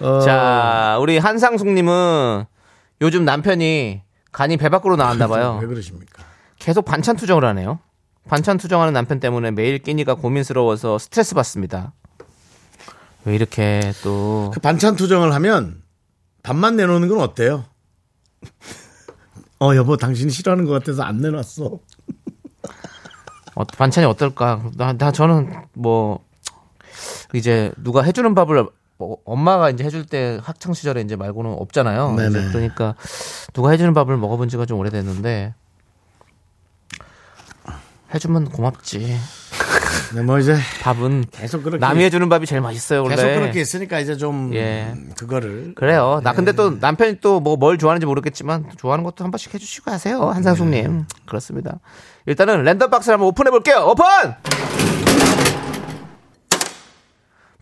어,
자, 우리 한상숙님은 요즘 남편이 간이 [LAUGHS] 배 밖으로 [LAUGHS] 나왔나봐요.
왜 그러십니까?
계속 반찬 투정을 하네요. 반찬 투정하는 남편 때문에 매일 끼니가 고민스러워서 스트레스 받습니다. 왜 이렇게 또.
그 반찬 투정을 하면 밥만 내놓는 건 어때요? 어 여보 당신이 싫어하는 것 같아서 안 내놨어.
어, 반찬이 어떨까? 나, 나 저는 뭐 이제 누가 해주는 밥을 뭐 엄마가 이제 해줄 때 학창 시절에 이제 말고는 없잖아요.
네네.
이제 그러니까 누가 해주는 밥을 먹어본 지가 좀 오래됐는데 해주면 고맙지.
네, 뭐 이제
밥은
계속 그렇게
남이 해주는 밥이 제일 맛있어요. 원래.
계속 그렇게 있으니까 이제 좀
예.
음, 그거를
그래요. 나 근데 또 남편이 또 뭐 뭘 좋아하는지 모르겠지만 좋아하는 것도 한 번씩 해주시고 하세요. 한상숙님 그렇습니다. 일단은 랜덤 박스를 한번 오픈해 볼게요. 오픈.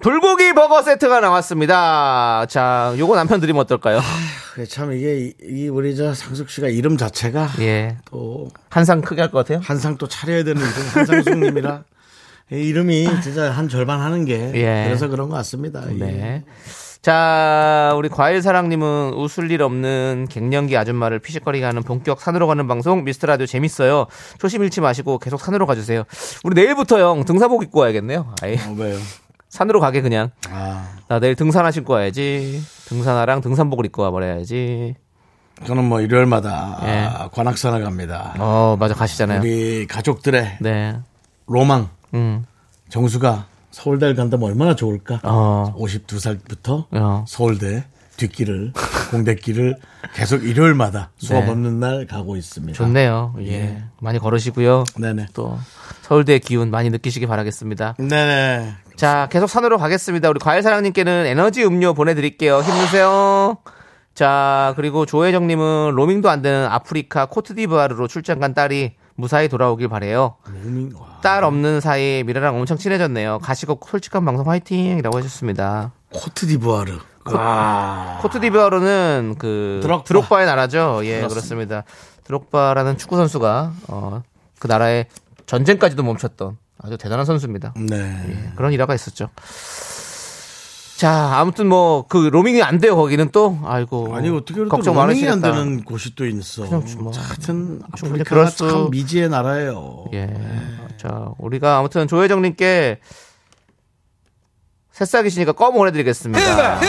불고기 버거 세트가 나왔습니다. 자, 요거 남편 드리면 어떨까요?
그게 참 이게 이- 이 우리 저 상숙 씨가 이름 자체가
예,
또
한상 크게 할 것 같아요.
한상 또 차려야 되는 이름 한상숙님이라 이 이름이 진짜 한 절반 하는 게
예.
그래서 그런 것 같습니다. 예.
네. 자, 우리 과일사랑님은 웃을 일 없는 갱년기 아줌마를 피식거리게 하는 본격 산으로 가는 방송 미스터라디오 재밌어요. 초심 잃지 마시고 계속 산으로 가주세요. 우리 내일부터 형 등산복 입고 와야겠네요. 아예
어, 왜요?
산으로 가게 그냥.
아
나 내일 등산화 신고 와야지. 등산화랑 등산복을 입고 와버려야지.
저는 뭐 일요일마다
예.
관악산에 갑니다.
어, 맞아 가시잖아요.
우리 가족들의
네.
로망
음.
정수가 서울대를 간다면 얼마나 좋을까?
어.
52살부터
어.
서울대 뒷길을 공대길을 계속 일요일마다 수업
네.
없는 날 가고 있습니다.
좋네요. 예. 많이 걸으시고요.
네네.
또 서울대의 기운 많이 느끼시기 바라겠습니다.
네네.
자, 계속 산으로 가겠습니다. 우리 과일사랑님께는 에너지 음료 보내드릴게요. 힘내세요. 자, 그리고 조혜정님은 로밍도 안 되는 아프리카 코트디부아르로 출장 간 딸이 무사히 돌아오길 바래요.
몸이- 와,
딸 없는 사이 미래랑 엄청 친해졌네요. 가시고 솔직한 방송 화이팅이라고 하셨습니다.
코트디부아르. 와.
코트디부아르는 그
드록바.
드록바. 의 나라죠. 예, 그렇습니다. 드록바라는 축구 선수가 어, 그 나라의 전쟁까지도 멈췄던 아주 대단한 선수입니다.
네.
예, 그런 일화가 있었죠. 자, 아무튼 뭐 그 로밍이 안 돼요. 거기는 또 아이고
아니 어떻게 그래도
걱정
로밍이
많으시겠다.
안 되는 곳이 또 있어.
뭐.
하여튼
근데
아프리카가
그럴 수-
참 미지의 나라예요.
예. 자, 우리가 아무튼 조혜정님께 새싹이시니까 껌 보내드리겠습니다.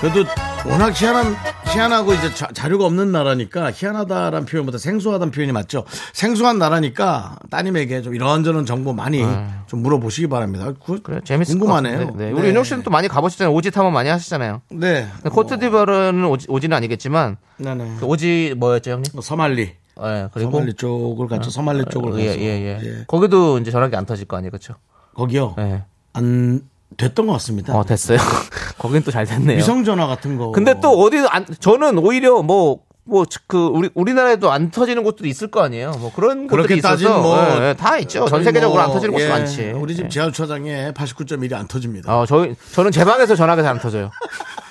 그래도 워낙 희한한 희한하고 이제 자, 자료가 없는 나라니까 희한하다라는 표현보다 생소하다는 표현이 맞죠. 생소한 나라니까 따님에게 좀 이런저런 정보 많이 좀 물어보시기 바랍니다. 아, 그,
아. 그래 재밌을
궁금하네요.
것 같은데. 네. 우리 윤종 씨는 또 많이 가보시잖아요. 오지 탐험 많이 하시잖아요.
네. 뭐,
근데 코트디부아르는 오지, 오지는 아니겠지만
네네.
그 오지 뭐였죠 형님?
서말리.
예, 그리고
서말리 쪽을 갔죠. 서말리 쪽을
예,
가서.
예, 예,
예.
거기도 이제 전화기 안 터질 거 아니에요, 그렇죠?
거기요.
예.
안 됐던 것 같습니다.
어 됐어요. [LAUGHS] 거긴 또 잘 됐네요.
위성 전화 같은 거.
근데 또 어디 안 저는 오히려 뭐 뭐 그 우리 우리나라에도 안 터지는 곳도 있을 거 아니에요. 뭐 그런
그렇게
곳들이 있어서
따지면 뭐-
예, 예, 다 있죠. 전
저희
세계적으로
뭐,
안 터지는 곳도
예,
많지.
우리 집 지하주차장에 89.1이 안 터집니다.
어 저희 저는 제 방에서 전화가 잘 안 터져요.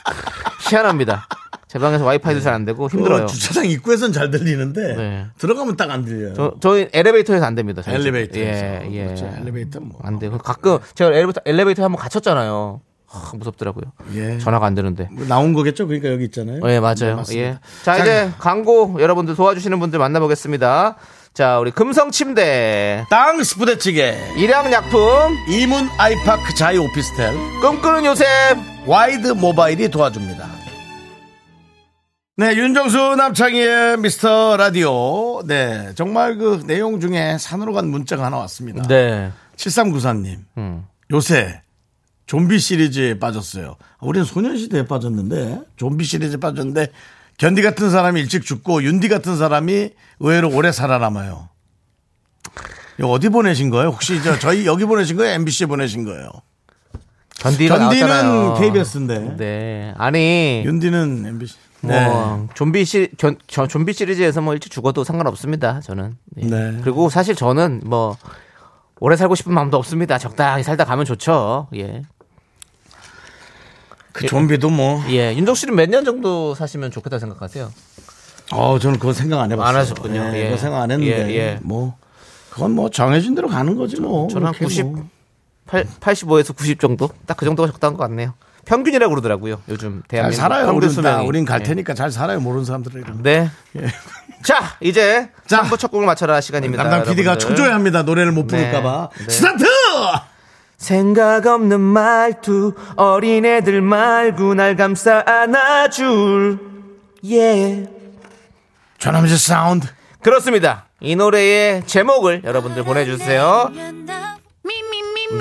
[LAUGHS] 희한합니다. 제 방에서 와이파이도 잘 안 되고 힘들어요.
어, 주차장 입구에서는 잘 들리는데
네.
들어가면 딱 안 들려요.
저, 저희 엘리베이터에서 안 됩니다. 저희 집.
엘리베이터에서.
예, 예.
그렇죠. 엘리베이터 뭐.
안 돼요. 그 가끔 제가 엘리베이터, 엘리베이터에 한번 갇혔잖아요. 하, 무섭더라고요.
예.
전화가 안 되는데.
뭐 나온 거겠죠? 그러니까 여기 있잖아요.
예,
네,
맞아요.
맞습니다.
예. 자, 이제 광고 여러분들 도와주시는 분들 만나보겠습니다. 자, 우리 금성침대,
땅스 부대찌개
일양약품,
이문 아이파크 자이 오피스텔
꿈꾸는 요셉,
와이드 모바일이 도와줍니다. 네, 윤정수 남창희의 미스터 라디오. 네, 정말 그 내용 중에 산으로 간 문자가 하나 왔습니다.
네.
7394님.
음.
요새 좀비 시리즈에 빠졌어요. 아, 우리는 소년시대에 빠졌는데 좀비 시리즈에 빠졌는데 견디 같은 사람이 일찍 죽고 윤디 같은 사람이 의외로 오래 살아남아요. 이거 어디 보내신 거예요? 혹시 저 저희 여기 보내신 거예요? MBC 에 보내신 거예요?
견디가
견디는
나왔잖아요.
KBS인데
네. 아니.
윤디는 MBC. 네.
뭐 좀비 시 견, 저, 좀비 시리즈에서 뭐 일찍 죽어도 상관없습니다. 저는. 예.
네.
그리고 사실 저는 뭐 오래 살고 싶은 마음도 없습니다. 적당히 살다 가면 좋죠. 예.
그 좀비도 뭐.
예. 윤종 씨는 몇 년 정도 사시면 좋겠다 생각하세요?
어, 저는 그건 생각 안 해봤어요.
안 하셨군요.
예,
예.
그거 생각 안 했는데.
예, 예.
뭐. 그건 뭐 정해진 대로 가는 거지 뭐.
저는 한
그렇게
90,
뭐.
8, 85에서 90 정도? 딱 그 정도가 적당한 것 같네요. 평균이라고 그러더라고요. 요즘
잘
대한민국
살아요.
평균
우린 다,
수명이.
우린 갈
예.
테니까 잘 살아요. 모르는 사람들이랑.
네.
예.
[LAUGHS] 자, 이제
자.
3부 첫 곡을 맞춰라 시간입니다.
담당 PD가
여러분들.
초조해 합니다. 노래를 못 부를까봐.
네.
스타트!
생각 없는 말투 어린애들 말고 날 감싸 안아줄 예
전함지 사운드.
그렇습니다 이 노래의 제목을 여러분들 보내주세요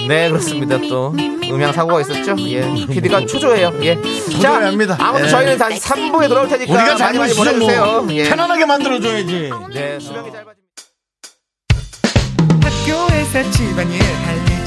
네 그렇습니다 또 음향 사고가 있었죠 예 PD가 초조해요 예자
초조해합니다.
아무튼
예.
저희는 다시 3부에 돌아올 테니까
우리가
많이 많이
잘못이죠
보내주세요
뭐.
예.
편안하게 만들어줘야지.
네 수명이 짧아집니다
학교에서 집안일 할 일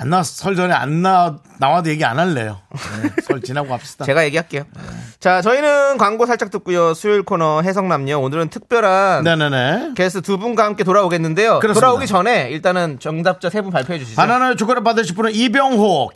안 나왔, 설 전에 안 나, 나와도 얘기 안 할래요. 네, 설 지나고 합시다.
[LAUGHS] 제가 얘기할게요. 자, 저희는 광고 살짝 듣고요. 수요일 코너 해성남녀. 오늘은 특별한
네네네.
게스트 두 분과 함께 돌아오겠는데요.
그렇습니다.
돌아오기 전에 일단은 정답자 세 분 발표해 주시죠.
바나나 초콜릿 받으실 분은 이병호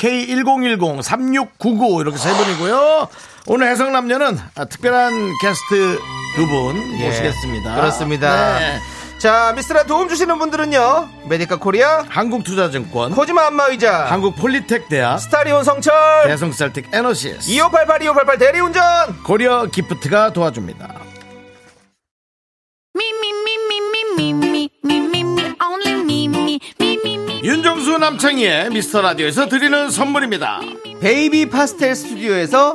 K1010-3699 이렇게 세 분이고요. 오늘 해성남녀는 아, 특별한 게스트 두 분
예,
모시겠습니다.
그렇습니다.
네.
자, 미스라 도움 주시는 분들은요. 메디카 코리아,
한국투자증권,
코지마 안마의자,
한국폴리텍대학,
스타리온 성철,
네. 대성셀틱 에너시스,
2588, 2588 대리운전!
고려 기프트가 도와줍니다.
Me, me, me, me, me, me, me, me, me, me, only me, me, me, me, me.
윤정수 남창희의 미스터 라디오에서 드리는 선물입니다.
베이비 파스텔 스튜디오에서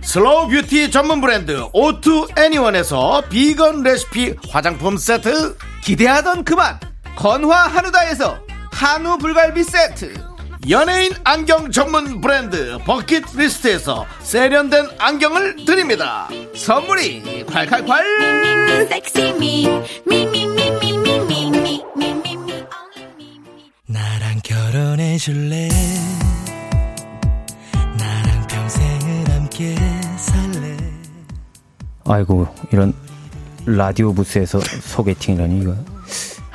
슬로우 뷰티 전문 브랜드 오투 애니원에서 비건 레시피 화장품 세트
기대하던 그 맛, 건화 한우다에서 한우 불갈비 세트,
연예인 안경 전문 브랜드 버킷리스트에서 세련된 안경을 드립니다
선물이 콸콸콸!
Sexy me, me, me, me, me, me, me, me, me, me, me, only me, me.
나랑 결혼해 줄래? 나랑 평생을 함께 살래?
아이고 이런 라디오 부스에서 소개팅이라니 이거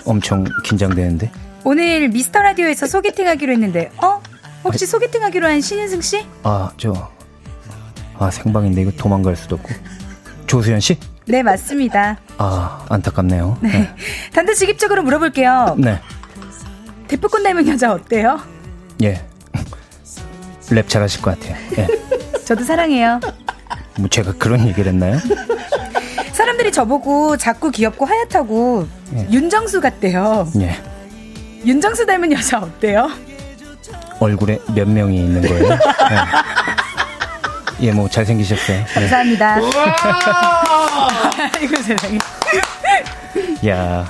엄청 긴장되는데
오늘 미스터 라디오에서 소개팅하기로 했는데 어? 혹시 소개팅하기로 한 신인승 씨?
아 저 아 생방인데 이거 도망갈 수도 없고 조수현 씨?
네 맞습니다. [LAUGHS]
아 안타깝네요. 네.
단도직입적으로 물어볼게요.
네.
대포꽃 닮은 여자 어때요?
예. [LAUGHS] 랩 잘하실 것 같아요. 예.
저도 사랑해요.
뭐 제가 그런 얘기를 했나요?
사람들이 저보고 작고 귀엽고 하얗다고
예.
윤정수 같대요.
예.
윤정수 닮은 여자 어때요?
얼굴에 몇 명이 있는 거예요? 예. 예, 뭐 잘생기셨어요. 예.
감사합니다. [LAUGHS] 이거 세상에.
야.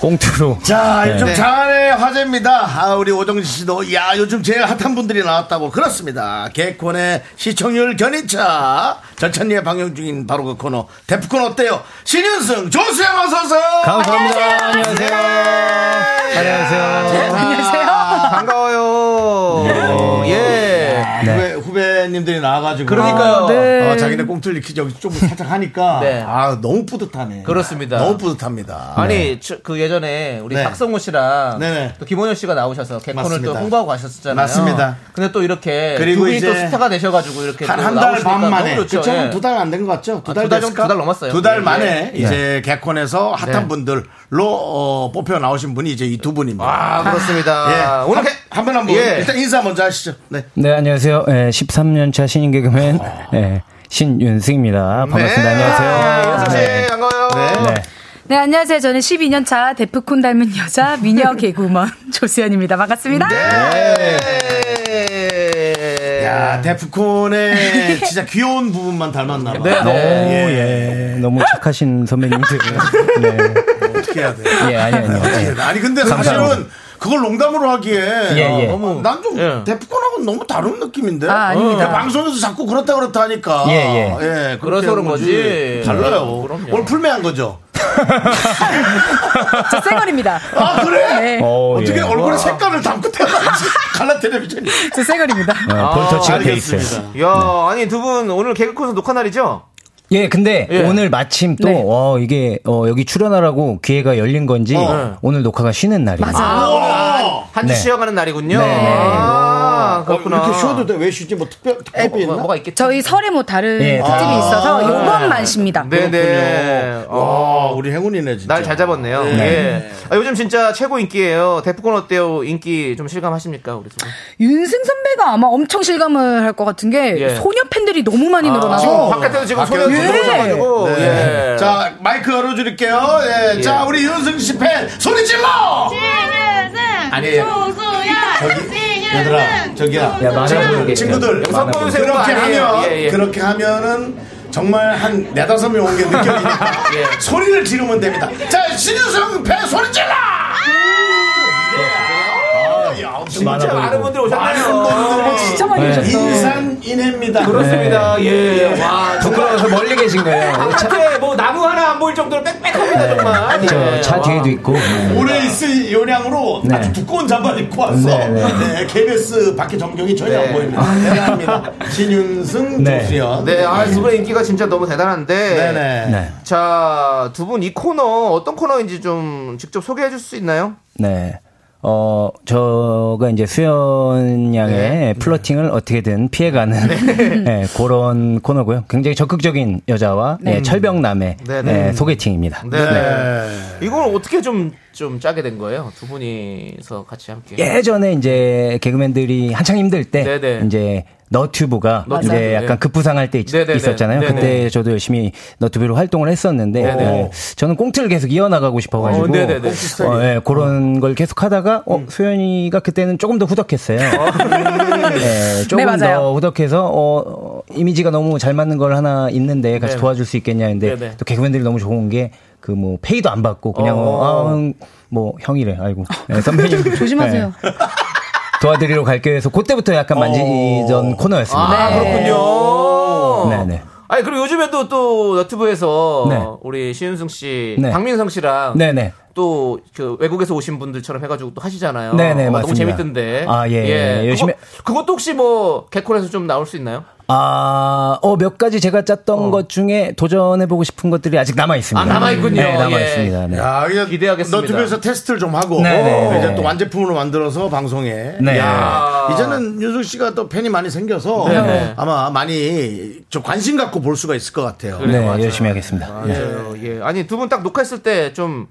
꽁트로
자 요즘
네.
장안의 화제입니다 아, 우리 오정진 씨도 야 요즘 제일 핫한 분들이 나왔다고 그렇습니다 개콘의 시청률 견인차 절찬리에 방영 중인 바로 그 코너 데프콘 어때요 신윤승 조수영 어서오세요
감사합니다. 안녕하세요.
네.
네, 안녕하세요.
안녕하세요.
반가워요. 예.
후배, 후배님들이 나와가지고
그러니까요.
아, 네. 어, 자기네 꽁트를 이렇게 여기 좀 살짝 하니까
네.
아 너무 뿌듯하네
그렇습니다.
너무 뿌듯합니다
아니 저- 그 예전에 우리
네.
박성호 씨랑
네네.
또 김원효 씨가 나오셔서 개콘을 또
맞습니다.
홍보하고 가셨었잖아요.
맞습니다.
근데 또 이렇게
그리고
두 분이
이제
또 스타가 되셔가지고 이렇게
한
또
한 달
나오시니까
반
너무
만에
좋죠.
그쵸?
예.
한두달 안 된 것 같죠? 두
아,
달
두달
됐을까?
정도, 두달 넘었어요.
두 달
예, 네.
만에 이제 개콘에서 핫한 분들로 어, 뽑혀 나오신 분이 이제 이 두 분입니다.
아 그렇습니다.
예.
오늘
오늘 한 분 한 분.
예.
일단 인사 먼저 하시죠. 네.
네, 안녕하세요. 13년차 신인 개그맨 예, 신윤승입니다. 반갑습니다. 네. 안녕하세요.
윤승 씨
네.
반가워요.
네.
네 안녕하세요. 저는 12년차 데프콘 닮은 여자 미녀 개구먼 조수연입니다. 반갑습니다.
예.
야, 데프콘의
[LAUGHS]
진짜 귀여운 부분만 닮았나 봐.
네.
오,
네.
예. 너무
[LAUGHS]
착하신 선배님들. 네.
어떻게 해야 돼?
예, 아니, 아니요. 예.
아니 근데
감사합니다.
사실은 그걸 농담으로 하기에 어,
예, 예.
너무 난 좀
예.
데프콘하고는 너무 다른 느낌인데
아, 아닙니다.
야, 방송에서 자꾸 그렇다 그렇다 하니까
예, 예.
예, 그렇게
그래서 그런
한
거지. 아,
달라요
그럼요.
오늘 풀매한 거죠
저 쌩얼입니다.
아 그래?
네,
오,
어떻게
예.
얼굴에 색깔을 담고 태어났지 [LAUGHS] 갈라테레비전이
저 쌩얼입니다.
예, 볼터치가 돼 있어요.
알겠습니다
야 아니 두 분 오늘 개그 콘서트 녹화 날이죠?
예, 근데
예.
오늘 마침 또
네.
어, 이게 어, 여기 출연하라고 기회가 열린 건지
어.
오늘 녹화가 쉬는 날이에요.
맞아.
오!
한 주
네.
쉬어가는 날이군요.
네.
아, 아, 그렇구나.
이렇게 쉬어도 돼. 왜 쉬지? 뭐 특별,
에,
특별히
뭐,
있나?
뭐가 있겠죠?
저희 설에 뭐 다른
예,
특집이
다-
있어서 요것만 쉽니다.
네, 네네.
어, 와, 우리 행운이네, 진짜.
예. 날 잘 잡았네요. 예. 아, 요즘 진짜 최고 인기예요. 데프콘 어때요? 인기 좀 실감하십니까 우리 두 분?
윤승 선배가 아마 엄청 실감을 할 것 같은 게
예.
소녀 팬들이 너무 많이
아.
아, 지금
늘어나서
바깥에도 지금 소녀
바깥에-
예.
들어오셔가지고
네.
예.
자, 마이크 열어줄게요. 예. 자, 우리 윤승 씨 팬 소리 질러! 아니에요. 저기, 얘들아, 저기야.
야, 말해보는 게
친구들,
있어요.
영상 보여주세요.
그렇게
아니에요.
하면,
예, 예.
그렇게 하면은 정말 한 네다섯 명 온 게 느껴지니까
예.
소리를 지르면 됩니다. 자, 신유승 팬 소리 질러! 아, 야, 예.
진짜 많은 분들 오셨네요. 아,
진짜 많이
네.
오셨어.
인산인해입니다.
그렇습니다. 예. 와,
부끄러워서 멀리 계신 거예요. 차,
바깥에 뭐 나무 하나 안 보일 정도로 빽빽합니다 정말.
네. 저,
예.
차
와.
뒤에도 있고. 네.
올해 있을 요량으로
네.
아주 두꺼운 잠바 입고 왔어.
네,
네, 아.
네.
KBS 밖에 전경이 전혀
네.
안 보입니다. 대단합니다. 신윤승,
네.
조수연.
네, 아, 두 분의 인기가 진짜 너무 대단한데.
네네.
네.
자, 두 분 이 코너 어떤 코너인지 좀 직접 소개해 줄 수 있나요?
네. 어, 저가 이제 수연 양의
네.
플러팅을 어떻게든 피해가는 [LAUGHS] 네, 그런 코너고요. 굉장히 적극적인 여자와 예, 철벽남의
음. 네, 네.
예, 소개팅입니다.
네. 이걸 어떻게 좀, 좀 짜게 된 거예요? 두 분이서 같이 함께.
예전에 이제 개그맨들이 한창 힘들 때
네네.
이제 너튜브가
너튜브,
이제
네.
약간 급부상할 때 있,
네네네.
었잖아요
네네.
그때 저도 열심히 너튜브로 활동을 했었는데
네네.
어, 저는 꽁트를 계속 이어나가고 싶어가지고
어, 네네네. 꽁트 음.
어, 예, 그런 걸 계속 하다가 어, 소연이가 그때는 조금 더 후덕했어요.
아,
예, 조금
네, 맞아요.
더 후덕해서 어, 어, 이미지가 너무 잘 맞는 걸 하나 있는데 같이
네네.
도와줄 수 있겠냐 했는데
네네.
또 개그맨들이 너무 좋은 게 그 뭐 페이도 안 받고 그냥
어.
어, 아, 뭐 형이래
[LAUGHS]
아이고 네, 선배님
조심하세요.
네. 도와드리러 갈게 해서 그때부터 약간 만지던 코너였습니다.
어. 아, 그렇군요.
네. 네네.
아니, 그리고 요즘에도 또 너튜브에서
네.
우리 신윤승 씨,
네.
박민성 씨랑
네네.
또 그 외국에서 오신 분들처럼 해가지고 또 하시잖아요.
네네,
어, 너무
맞습니다.
재밌던데.
아, 예, 예, 열심히-
그것, 도 혹시 뭐 개콘에서 좀 나올 수 있나요?
아, 어, 몇 가지 제가 짰던 것 중에 도전해보고 싶은 것들이 아직 남아있습니다.
어. 아, 남아있군요.
네,
예.
남아있습니다. 네.
야, 이게
기대하겠습니다.
너튜브에서 테스트를 좀 하고
네, 네,
이제
네.
또 완제품으로 만들어서 방송에.
네.
야, 이제는 윤승 씨가 또 팬이 많이 생겨서
네, 네.
아마 많이 저 관심 갖고 볼 수가 있을 것 같아요.
네,
그래요, 맞아요.
열심히 하겠습니다. 네.
맞아요. 예. 아니, 두 분 딱 녹화했을 때 좀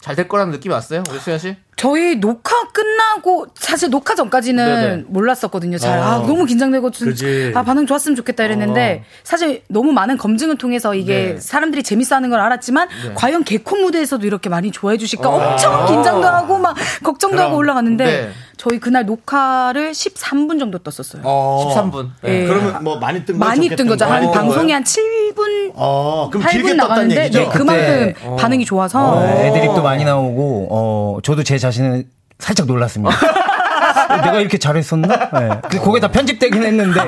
잘 될 거라는 느낌이 왔어요? 우리 수현 씨?
저희 녹화 끝나고 사실 녹화 전까지는
네네.
몰랐었거든요. 잘.
어.
아, 너무 긴장되고 좀,
그지. 아.
아, 반응 좋았으면 좋겠다 이랬는데 사실 너무 많은 검증을 통해서 이게
네.
사람들이 재밌어 하는 걸 알았지만
네.
과연 개콘 무대에서도 이렇게 많이 좋아해 주실까 엄청 긴장도 하고 막 걱정도 하고 올라갔는데
네.
저희 그날 녹화를 13분 정도 떴었어요.
어.
13분.
예.
그러면 뭐 많이 뜬 거예요?
많이
적게
뜬 거죠.
거예요?
한
많이 뜬
방송에
거예요?
한 7분
어, 그럼
8분
길게 떴다는
나갔는데
얘기죠.
네, 그만큼 반응이 좋아서
어, 애드립도 많이 나오고, 어, 저도 제 자신을 살짝 놀랐습니다. [LAUGHS] 내가 이렇게 잘했었나? 네. 근데 그게 다 편집되긴 했는데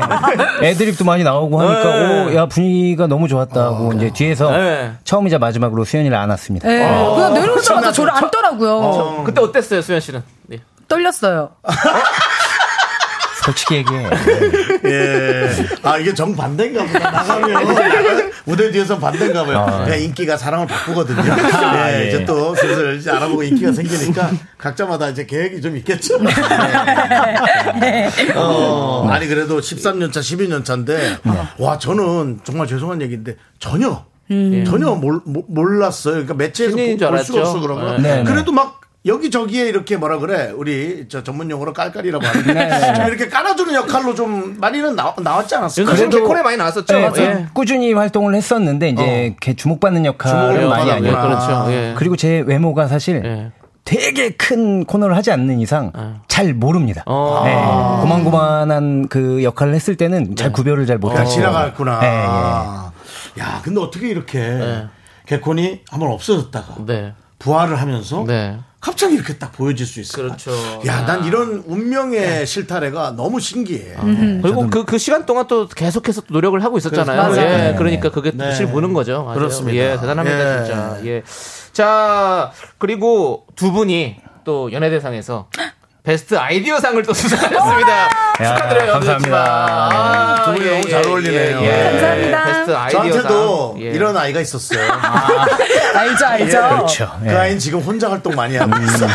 애드립도 많이 나오고 하니까 오, 야 분위기가 너무 좋았다고 이제 뒤에서
네.
처음이자 마지막으로 수연이를 안았습니다.
예.
어.
그냥 내려오자마자 저를 안더라고요.
그때 어땠어요, 수현 씨는? 예.
떨렸어요.
아,
솔직히 얘기해.
예. 아, 이게 정반대인가 보다. 나가면. 무대 뒤에서 반대인가 봐요.
아, 네.
그냥 인기가 사랑을 바꾸거든요. 예, [LAUGHS]
예.
이제 또 슬슬 이제 알아보고 인기가 생기니까 각자마다 이제 계획이 좀 있겠죠. 어, 아니, 그래도 13년차, 12년차인데, 와, 저는 정말 죄송한 얘기인데, 전혀, 전혀 몰, 몰- 몰랐어요. 그러니까 매체에서
신인인 줄
보- 볼 수가
알았죠.
없어, 그런 거.
네, 네.
그래도 막, 여기저기에 이렇게 뭐라 그래 우리 저 전문 용어로 깔깔이라고 하는데 좀 이렇게 깔아주는 역할로 좀 많이는 나, 나왔지 않았을까?
윤승 씨는
그래도-
개콘에 많이 나왔었죠?
네,
예.
좀 꾸준히 활동을 했었는데 이제 이렇게 주목받는
주목을
역할을 많이 아.
받아,
안
예,
했고
했구나.
그렇죠. 예.
그리고 제 외모가 사실
예.
되게 큰 코너를 하지 않는 이상 잘 모릅니다.
아.
어.
네, 고만고만한 그 역할을 했을 때는 잘 구별을 잘
그냥
못하고
네. 지나갔구나.
예,
야, 근데 어떻게 이렇게 개콘이 한번 없어졌다가
예. 네.
부활을 하면서
네.
갑자기 이렇게 딱 보여질 수 있어.
그렇죠. 예.
야, 난 이런 운명의 실타래가 너무 신기해.
음.
그리고 그, 그 시간 동안 또 계속해서 또 노력을 하고 있었잖아요.
그래서-
예,
맞아요.
그러니까 그게 또 빛을 보는 거죠. 맞아요.
네. 그렇습니다.
예, 대단합니다,
예.
진짜. 예. 자, 그리고 두 분이 또 연예대상에서 베스트 아이디어상을 또 [LAUGHS] 수상하셨습니다.
야,
축하드려요. 아, 예,
감사합니다.
두 분이 너무 잘 어울리네요.
감사합니다.
베스트 아이디어상.
저한테도
예.
이런 아이가 있었어요.
알죠, 알죠.
예.
그렇죠.
음.
그 아이는 지금 혼자 활동 많이 하고 있어.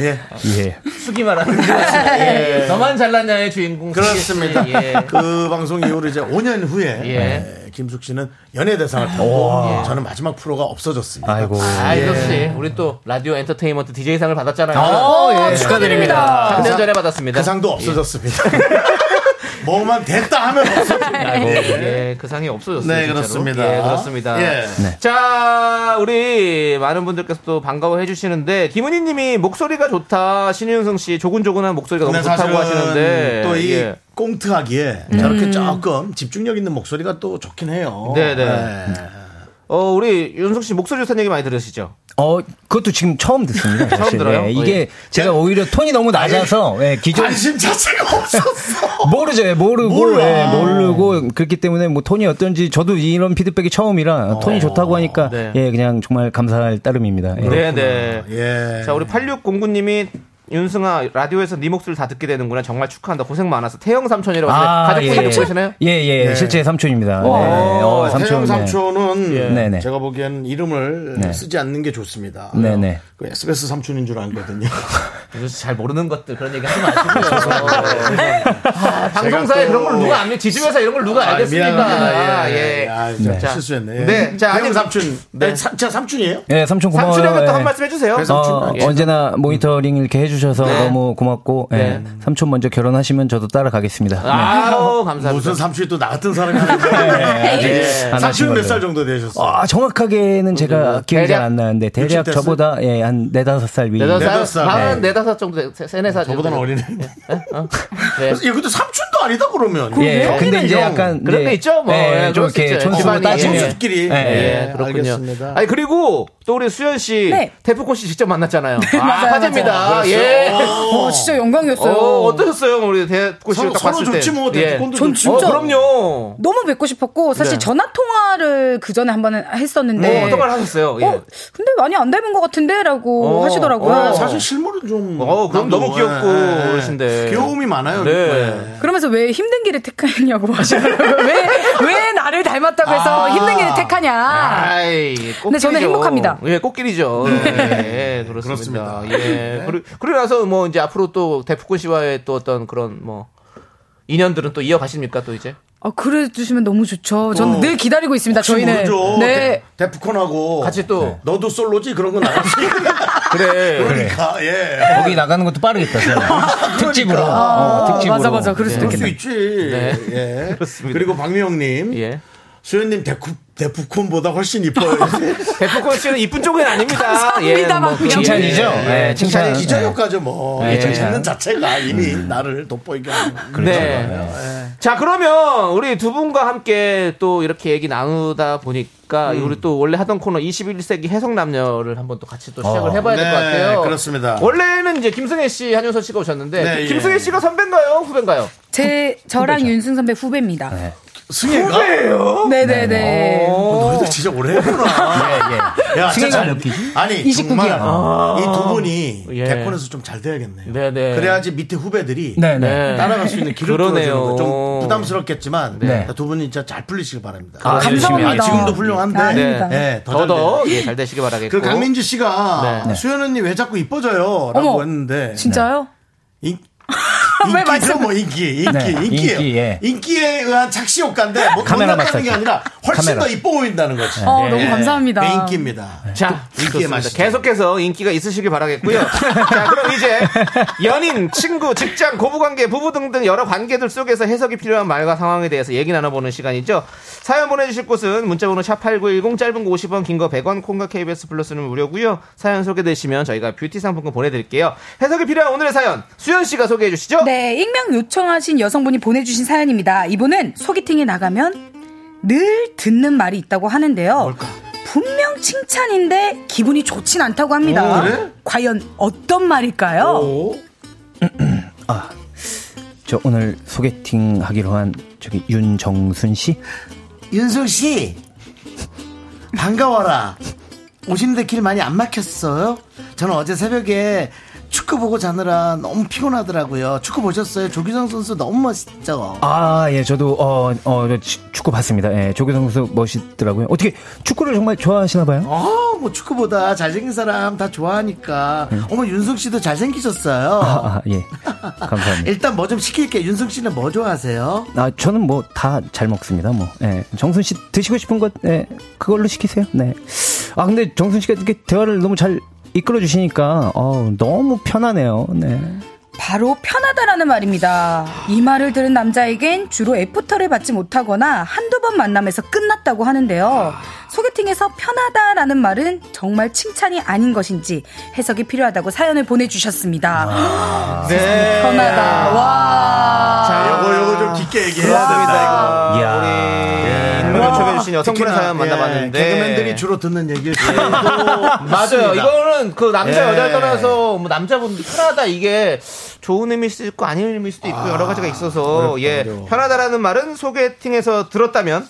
예.
예. 예.
쓰기만 하는데 예. 너만 잘났냐의 주인공
그렇습니다. [LAUGHS]
쓰기. 예.
그 방송 이후로 이제 5년 후에
예.
예, 김숙 씨는 연예 대상을 타고 저는 마지막 프로가 없어졌습니다. 그
아이고.
아이도 씨, 우리 또 라디오 엔터테인먼트 DJ상을 받았잖아요.
아, 예.
어, 축하드립니다.
3년 전에 받았습니다.
그 상도
그러니까
없어졌습니다. [LAUGHS] 뭐만 됐다 하면 없어집니다.
아이고, 예. 그 상이 없어졌어요.
네,
진짜로.
그렇습니다.
예, 그렇습니다.
예.
네. 자, 우리 많은 분들께서 또 반가워 해주시는데, 김은희 님이 목소리가 좋다. 신윤성 씨, 조곤조곤한 목소리가 너무
근데
좋다고 하시는데.
사실은 네, 또 이
예.
꽁트하기에
음.
저렇게 조금 집중력 있는 목소리가 또 좋긴 해요.
네, 네.
예.
어, 우리 윤성 씨 목소리 좋다는 얘기 많이 들으시죠?
어, 그것도 지금 처음 듣습니다.
처음
사실.
들어요?
예, 이게
예.
제가 오히려 톤이 너무 낮아서, 예, 기존.
관심 자체가 없었어.
[LAUGHS]
모르죠. 예, 모르고,
몰라.
예, 모르고, 그렇기 때문에 뭐 톤이 어떤지 저도 이런 피드백이 처음이라 톤이 좋다고 하니까,
네.
예, 그냥 정말 감사할 따름입니다. 예.
네, 네.
예.
자, 우리 8609님이 윤승아 라디오에서 네 목소리 다 듣게 되는구나 정말 축하한다 고생 많아서 태영 삼촌이라고
아,
하는데 네, 가족
예.
사진 보시나요?
예, 예,
네.
실제 삼촌입니다. 네.
어,
어,
태영
삼촌. 네.
삼촌은
예.
네, 네.
제가 보기에는 이름을
네.
쓰지 않는 게 좋습니다.
네, 네.
그 SBS 삼촌인 줄
[LAUGHS]
알거든요.
요새 잘 모르는 것들 그런 얘기 하지 [LAUGHS] 마시고요. 아, 방송사에
제가 또- 아,
그런 걸 누가 압니까? 지주회사 이런 걸 누가 알겠습니까?
미안합니다.
예, 예.
아, 진짜
자,
실수했네. 예.
네, 자,
태영
아니,
삼촌.
네.
네. 삼, 자, 삼촌이에요?
예, 삼촌 고마워요.
삼촌에게
예.
또한 말씀 해주세요.
어,
예.
언제나 모니터링 이렇게 해주셔서
네.
너무 고맙고 예.
네.
삼촌 먼저 결혼하시면 저도 따라가겠습니다.
아우 감사합니다.
네. 무슨 삼촌이 또 나 같은 사람이 하는데. 예.
네. 안 하신
삼촌
걸로.
몇살 정도 되셨어요?
아, 정확하게는 제가 기억이 잘
음, 대략
안 나는데 대략
60 됐어요?
저보다 예, 한 네다섯 살 위.
네다섯
네다섯
살,
살.
한 네다섯 정도, 세- 세네 살 정도.
저보다는 어리네. [LAUGHS]
네.
예, 근데 삼촌도 아니다 그러면.
예.
형.
근데 이제 약간
그런
이제,
게 있죠, 뭐. 예,
좀
그럴 수
이렇게
있죠.
촌수로
집안이.
따지면
삼촌끼리.
예, 예.
예, 그렇군요.
네, 알겠습니다.
아니 그리고 또 우리 수현 씨
네.
태프코 씨 직접
[LAUGHS]
만났잖아요. 아,
맞아요,
화제입니다.
맞아요.
예.
어, 진짜 영광이었어요.
어, 어떠셨어요? 우리 태프코 씨를
서로,
딱
서로
봤을 때.
좋지 뭐.
예.
대권도
전
좋지.
어,
진짜-
그럼요.
너무 뵙고 싶었고 사실
네.
전화 통화를 그 전에 한 번 했었는데
어, 어떤 걸 하셨어요? 예.
어, 근데 많이 안 닮은 것 같은데라고
어,
하시더라고요.
어,
사실 실물은 좀.
어, 그럼
남도-
너무 귀엽고
예, 예.
그러신데.
귀여움이 많아요.
네.
예.
그러면서 왜 힘든 길을 택하냐고
[LAUGHS]
하시더라고요. 왜, 왜 나를 닮았다고 해서
아.
힘든 길을 택하냐.
아이,
근데 저는
꽃길이죠.
행복합니다. 네.
예, 꽃길이죠. 예, 그렇습니다. 예. 그리고, 그리고 나서 뭐 이제 앞으로 또 대프코 씨와의 또 어떤 그런 뭐 인연들은 또 이어가십니까 또 이제?
아, 그래 주시면 너무 좋죠. 저는 늘 기다리고 있습니다.
어. 혹시
저희는.
모르죠.
네.
데- 데프콘하고 네.
같이 또
너도 솔로지 그런 건
[LAUGHS]
아니지.
그래.
그러니까 예.
거기 나가는 것도 빠르겠다.
[LAUGHS] 그러니까.
제가. 특집으로. 어, 특집으로.
맞아, 맞아. 그럴 수도
그럴 수
있겠다.
있지. 예. [LAUGHS]
그렇습니다.
그리고 박미영님,
예.
수현님 데프 데프콘보다 훨씬 [LAUGHS] 이뻐요.
대포콘 씨는 이쁜 쪽은 아닙니다.
[LAUGHS]
예, 뭐
감사합니다, 박명.
칭찬이죠? 예, 칭찬.
기저효과죠 뭐.
예,
예.
칭찬.
있는 자체가 이미 나를 돋보이게 하는.
네. 네. 자, 그러면 우리 두 분과 함께 또 이렇게 얘기 나누다 보니까 우리 또 원래 하던 코너 21세기 해석남녀를 한번 또 같이 또 시작을 해봐야 될 것
네,
같아요.
그렇습니다.
원래는 이제 김승혜 씨, 한윤서 씨가 오셨는데
네, 예.
김승혜 씨가 선배인가요? 후배인가요?
제, 저랑 윤승 선배 후배입니다. 네.
승혜가? 어?
네네네.
어.
너희도 진짜 오래 했구나. 야,
승혜가
진짜
몇 기지?
아니,
29
정말
기야.
이 두 분이
예.
대권에서 좀 잘 돼야겠네요.
네, 네.
그래야지 밑에 후배들이
네, 네.
네.
따라갈 수 있는 길을
그러네요.
뚫어주는 거좀 부담스럽겠지만
네.
두 분이 진짜 잘 풀리시길 바랍니다.
아,
감사합니다.
아니, 지금도 훌륭한데
아,
예,
아닙니다.
더잘 돼요.
더더 예, 잘 되시길
그
바라겠고.
강민지 씨가 수현 언니 왜 자꾸 이뻐져요라고
어머,
했는데
진짜요?
인,
왜
인기죠
말씀-
뭐 인기 인기
네,
인기예요.
인기, 예.
인기에 의한 착시 효과인데 뭐
카메라
못난다는 게
마사지.
아니라 훨씬
카메라.
더 이뻐 보인다는 거지.
어, 너무 감사합니다.
네, 인기입니다.
자,
인기의
좋습니다.
맛이죠. 네.
계속해서 인기가
[LAUGHS]
있으시길 바라겠고요. 자, 그럼 이제 연인, 친구, 직장, 고부관계, 부부 등등 여러 관계들 속에서 해석이 필요한 말과 상황에 대해서 얘기 나눠보는 시간이죠. 사연 보내주실 곳은 문자번호 샵8910 짧은 거 50원, 긴 거 100원, 콩과 KBS 플러스는 무료고요. 사연 소개되시면 저희가 뷰티 상품권 보내드릴게요. 해석이 필요한 오늘의 사연, 수현 씨가 소개해 주시죠.
네, 익명 요청하신 여성분이 보내주신 사연입니다. 이분은 소개팅에 나가면 늘 듣는 말이 있다고 하는데요. 분명 칭찬인데 기분이 좋진 않다고
어,
합니다. 과연 어떤 말일까요?
저 오늘 소개팅 하기로 한 저기 윤정순 씨?
윤성 씨 반가워라. 오시는 데 길 많이 안 막혔어요? 저는 어제 새벽에 축구 보고 자느라 너무 피곤하더라고요. 축구 보셨어요? 조규성 선수 너무 멋있죠?
아, 예, 저도, 어, 어, 저 치- 축구 봤습니다. 예, 조규성 선수 멋있더라고요. 어떻게 축구를 정말 좋아하시나봐요?
어, 뭐 축구보다 잘생긴 사람 다 좋아하니까. 어머, 윤승 씨도 잘생기셨어요. [LAUGHS]
아, 예. 감사합니다.
일단 뭐 좀 시킬게. 윤승 씨는 뭐 좋아하세요?
아, 저는 뭐 다 잘 먹습니다, 뭐. 예. 정순 씨 드시고 싶은 것, 예, 그걸로 시키세요. 네. 아, 근데 정순 씨가 이렇게 대화를 너무 잘 이끌어 주시니까, 어, 너무 편하네요. 네.
바로 편하다라는 말입니다. 이 말을 들은 남자에겐 주로 애프터를 받지 못하거나 한두 번 만남에서 끝났다고 하는데요. 소개팅에서 편하다라는 말은 정말 칭찬이 아닌 것인지 해석이 필요하다고 사연을 보내주셨습니다.
아.
네.
편하다. 와.
자,
요거, 요거 좀 깊게 얘기해야 예. 됩니다, 네,
아,
이야.
우리 인물을 초대해주신 여성분의
특히나,
사연 만나봤는데.
예, 개그맨들이 주로 듣는 얘기일 수도
맞아요. 이거는 그 남자
예.
여자를 떠나서 뭐 남자분 편하다 이게 좋은 의미일 수도 있고 아닌 의미일 수도 있고 여러 가지가 있어서 예 편하다라는 말은 소개팅에서 들었다면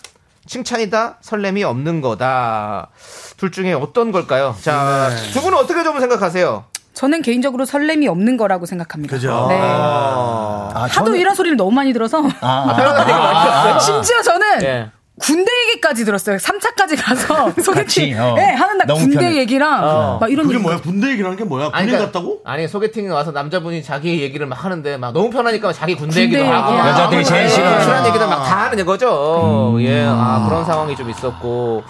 칭찬이다 설렘이 없는 거다 둘 중에 어떤 걸까요? 자 두 분은 어떻게 좀 생각하세요?
저는 개인적으로 설렘이 없는 거라고 생각합니다.
그죠?
네.
어.
아,
하도 이런 소리를 너무 많이 들어서
편하다 이거 맞았어요.
[LAUGHS] 심지어 저는
예.
군대 얘기까지 들었어요. 3차까지 가서
같이,
소개팅
어.
예, 하는 날
너무
군대
편해.
얘기랑 막 이런
그게
얘기.
뭐야? 군대 얘기라는 게 뭐야? 군인
그러니까-
같다고?
아니 소개팅에 와서 남자분이 자기 얘기를 막 하는데 막 너무 편하니까 자기 군대
군대
얘기도 하고
얘기야.
여자들이 제일 싫어하는.
싫어하는 얘기도 막 다 하는 거죠. 예, 아 그런 상황이 좀 있었고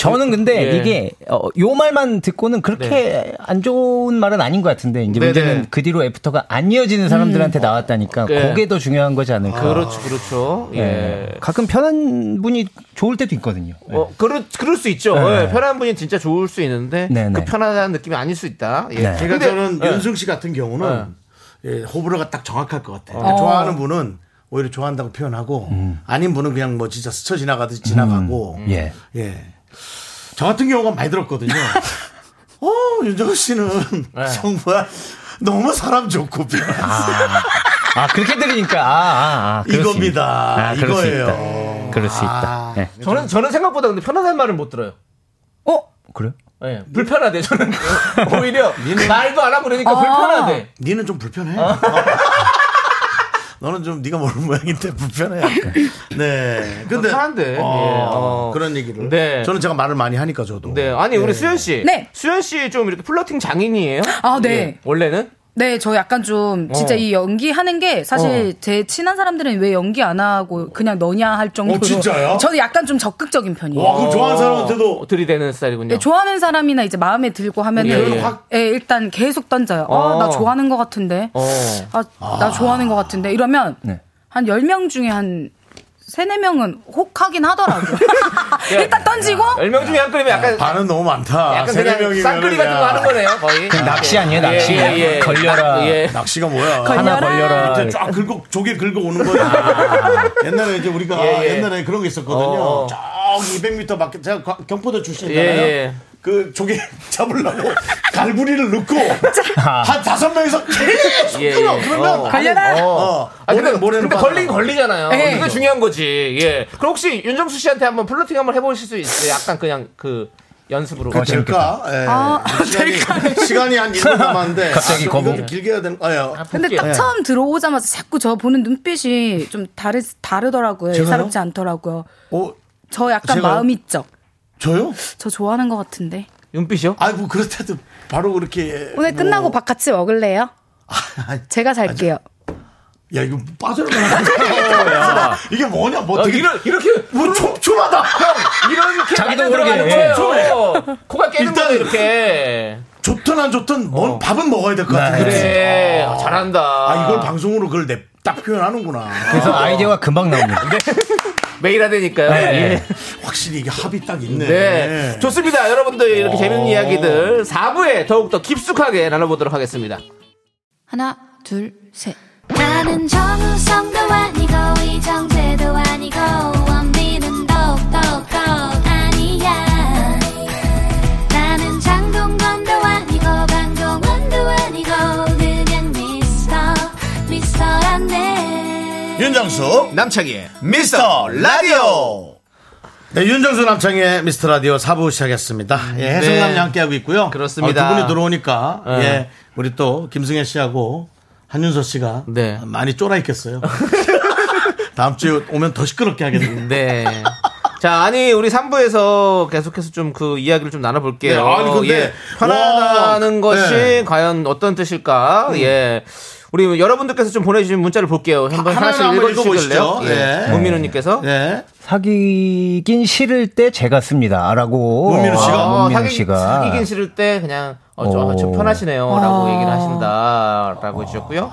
저는 근데
예. 네.
이게 어, 요 말만 듣고는 그렇게 안 좋은 말은 아닌 것 같은데 이제
네네.
문제는 그 뒤로 애프터가 안 이어지는 사람들한테 나왔다니까
예.
그게 더 중요한 거지 않을까.
그렇죠, 그렇죠. 예.
예. 가끔 편한 분이 좋을 때도 있거든요. 예.
어, 그럴, 그럴 수 있죠.
네.
예, 편한 분이 진짜 좋을 수 있는데,
네,
그
네.
편하다는 느낌이 아닐 수 있다. 예.
네.
그러니까 저는
예.
윤승 씨 같은 경우는 예, 호불호가 딱 정확할 것 같아요.
어.
그러니까 좋아하는 분은 오히려 좋아한다고 표현하고 아닌 분은 그냥 뭐 진짜 스쳐 지나가듯이 지나가고
음. 예.
예. 저 같은 경우가 많이
[LAUGHS]
들었거든요. 어, 윤정우 씨는
네.
정말 너무 사람 좋고 편한
아 그렇게 들으니까 아, 아, 아, 그럴 수
이겁니다.
있- 아, 그럴 수
이거예요.
있다. 그럴 수 있다. 예.
저는, 저는 생각보다 근데 편하다는 말을 못 들어요.
어?
아, 그래요?
네.
예,
[LAUGHS]
불편하대, 저는. 오히려 말도 안 하고
아.
그러니까 불편하대.
니는 좀 불편해.
아.
어. [LAUGHS] 너는 좀 네가 모르는 모양인데 불편해. 네. 근데
편한데.
어,
예, 어.
그런 얘기를.
네.
저는 제가 말을 많이 하니까 저도.
네, 아니, 우리 수현씨.
네.
수현씨 좀 이렇게 플러팅 장인이에요?
아, 네.
예, 원래는?
네, 저 약간 좀 진짜
어.
이 연기하는 게 사실 제 친한 사람들은 왜 연기 안 하고 그냥 너냐 할 정도로
어, 진짜요?
저는 약간 좀 적극적인 편이에요.
와, 그럼 좋아하는
어,
사람한테도
들이대는 스타일이군요.
예, 좋아하는 사람이나 이제 마음에 들고 하면은
예,
예,
예.
확-
일단 계속 던져요.
어.
아, 나 좋아하는 것 같은데.
어.
아, 나 좋아하는 것 같은데. 이러면
네.
한 10명 중에 한 3, 4명은 혹하긴 하더라고요. [LAUGHS] 일단 던지고
10명 중에 한 그림이
아,
약간,
반은 너무 많다.
약간
세네
그냥
명이면은
쌍끌이 같은 거
야,
하는 거네요, 거의.
그냥 낚시 아니에요,
예,
낚시.
예, 예.
걸려라.
예.
낚시가 뭐야?
하나 걸려라.
아,
밑에
네.
쫙 긁고 조개 긁고 오는 거야. [LAUGHS] 옛날에 이제 우리가
예, 예.
옛날에 그런 게 있었거든요.
어.
쫙 200m 밖에 제가 과- 경포도 출신이잖아요.
예, 예.
그 조개 [LAUGHS] 잡으려고 갈부리를 넣고 한 다섯 명이서 계속
예,
끌어
예.
그러면
어.
걸려라!
어.
아, 근데,
모래는- 모래는
근데
빠져.
걸리긴 걸리잖아요.
예.
그게 중요한 거지. 예. 그럼 혹시 윤정수 씨한테 한번 플러팅 한번 해보실 수 있어요? 예, 약간 그냥 그 연습으로.
그거 될까? 예.
아,
[LAUGHS] 시간이, 시간이 한 1분 남았는데
갑자기
이거
거북.
좀 길게 해야 되는 아, 예.
근데 딱 처음 들어오자마자 자꾸 저 보는 눈빛이 좀 다르, 다르더라고요.
제가요?
예사롭지 않더라고요.
어,
저 약간
제가요?
마음이 쩍.
저요?
저 좋아하는 것 같은데.
눈빛이요?
아이 뭐 그렇다도 바로 그렇게
오늘
뭐-
끝나고 밥 같이 먹을래요?
아,
제가 살게요.
야 이거 빠져나가는
[LAUGHS]
거야. 이게 뭐냐? 뭐
어,
되게
이런, 이렇게,
뭐 촘촘하다.
이렇게.
자기도
안에
모르게,
들어가는
예.
거예요. 코가 깨는
일단-
거예요, 이렇게.
좋든 안 좋든 뭔 밥은 먹어야 될 것 같은데.
네. 그래. 아, 잘한다.
네. 아 이걸 방송으로 그걸 내, 딱 표현하는구나.
그래서 아이디어가 금방 나옵니다.
매일 하되니까요. 예.
확실히 이게 합이 딱 있네.
네. 좋습니다. 여러분들 이렇게 재밌는 이야기들 4부에 더욱더 깊숙하게 나눠보도록 하겠습니다.
하나, 둘, 셋.
나는 정우성도 아니고 이정재도 아니고 원빈은 더욱더 아니야 나는 장동건도 아니고 방종원도 아니고 그냥 미스터 미스터란데
윤정수
남창희의
미스터 라디오. 네, 윤정수 남창의 미스터 라디오 4부 시작했습니다. 예, 해성남이 함께하고 있고요.
네. 그렇습니다.
아, 두 분이 들어오니까,
예.
예, 우리 또 김승혜 씨하고 한윤서 씨가
네.
많이 쫄아 있겠어요. [LAUGHS] 다음 주에 오면 더 시끄럽게 하겠네요.
[LAUGHS] 네. 자, 아니, 우리 3부에서 계속해서 좀 그 이야기를 좀 나눠볼게요. 예,
네, 아니, 근데,
편하다는
와,
것이
네. 음.
과연 어떤 뜻일까? 예. 우리 여러분들께서 좀 보내주신 문자를 볼게요. 한번
하나하나
하나씩
한번
읽어주실래요?
읽어보시죠.
예.
네.
문민우님께서.
네.
사귀긴 싫을 때 제가 씁니다. 라고.
문민우 씨가?
아, 문민우
어, 사귀,
씨가.
사귀긴 싫을 때 그냥 어, 좀,
오.
아, 좀 편하시네요.
아.
라고 얘기를 하신다라고 해주셨고요.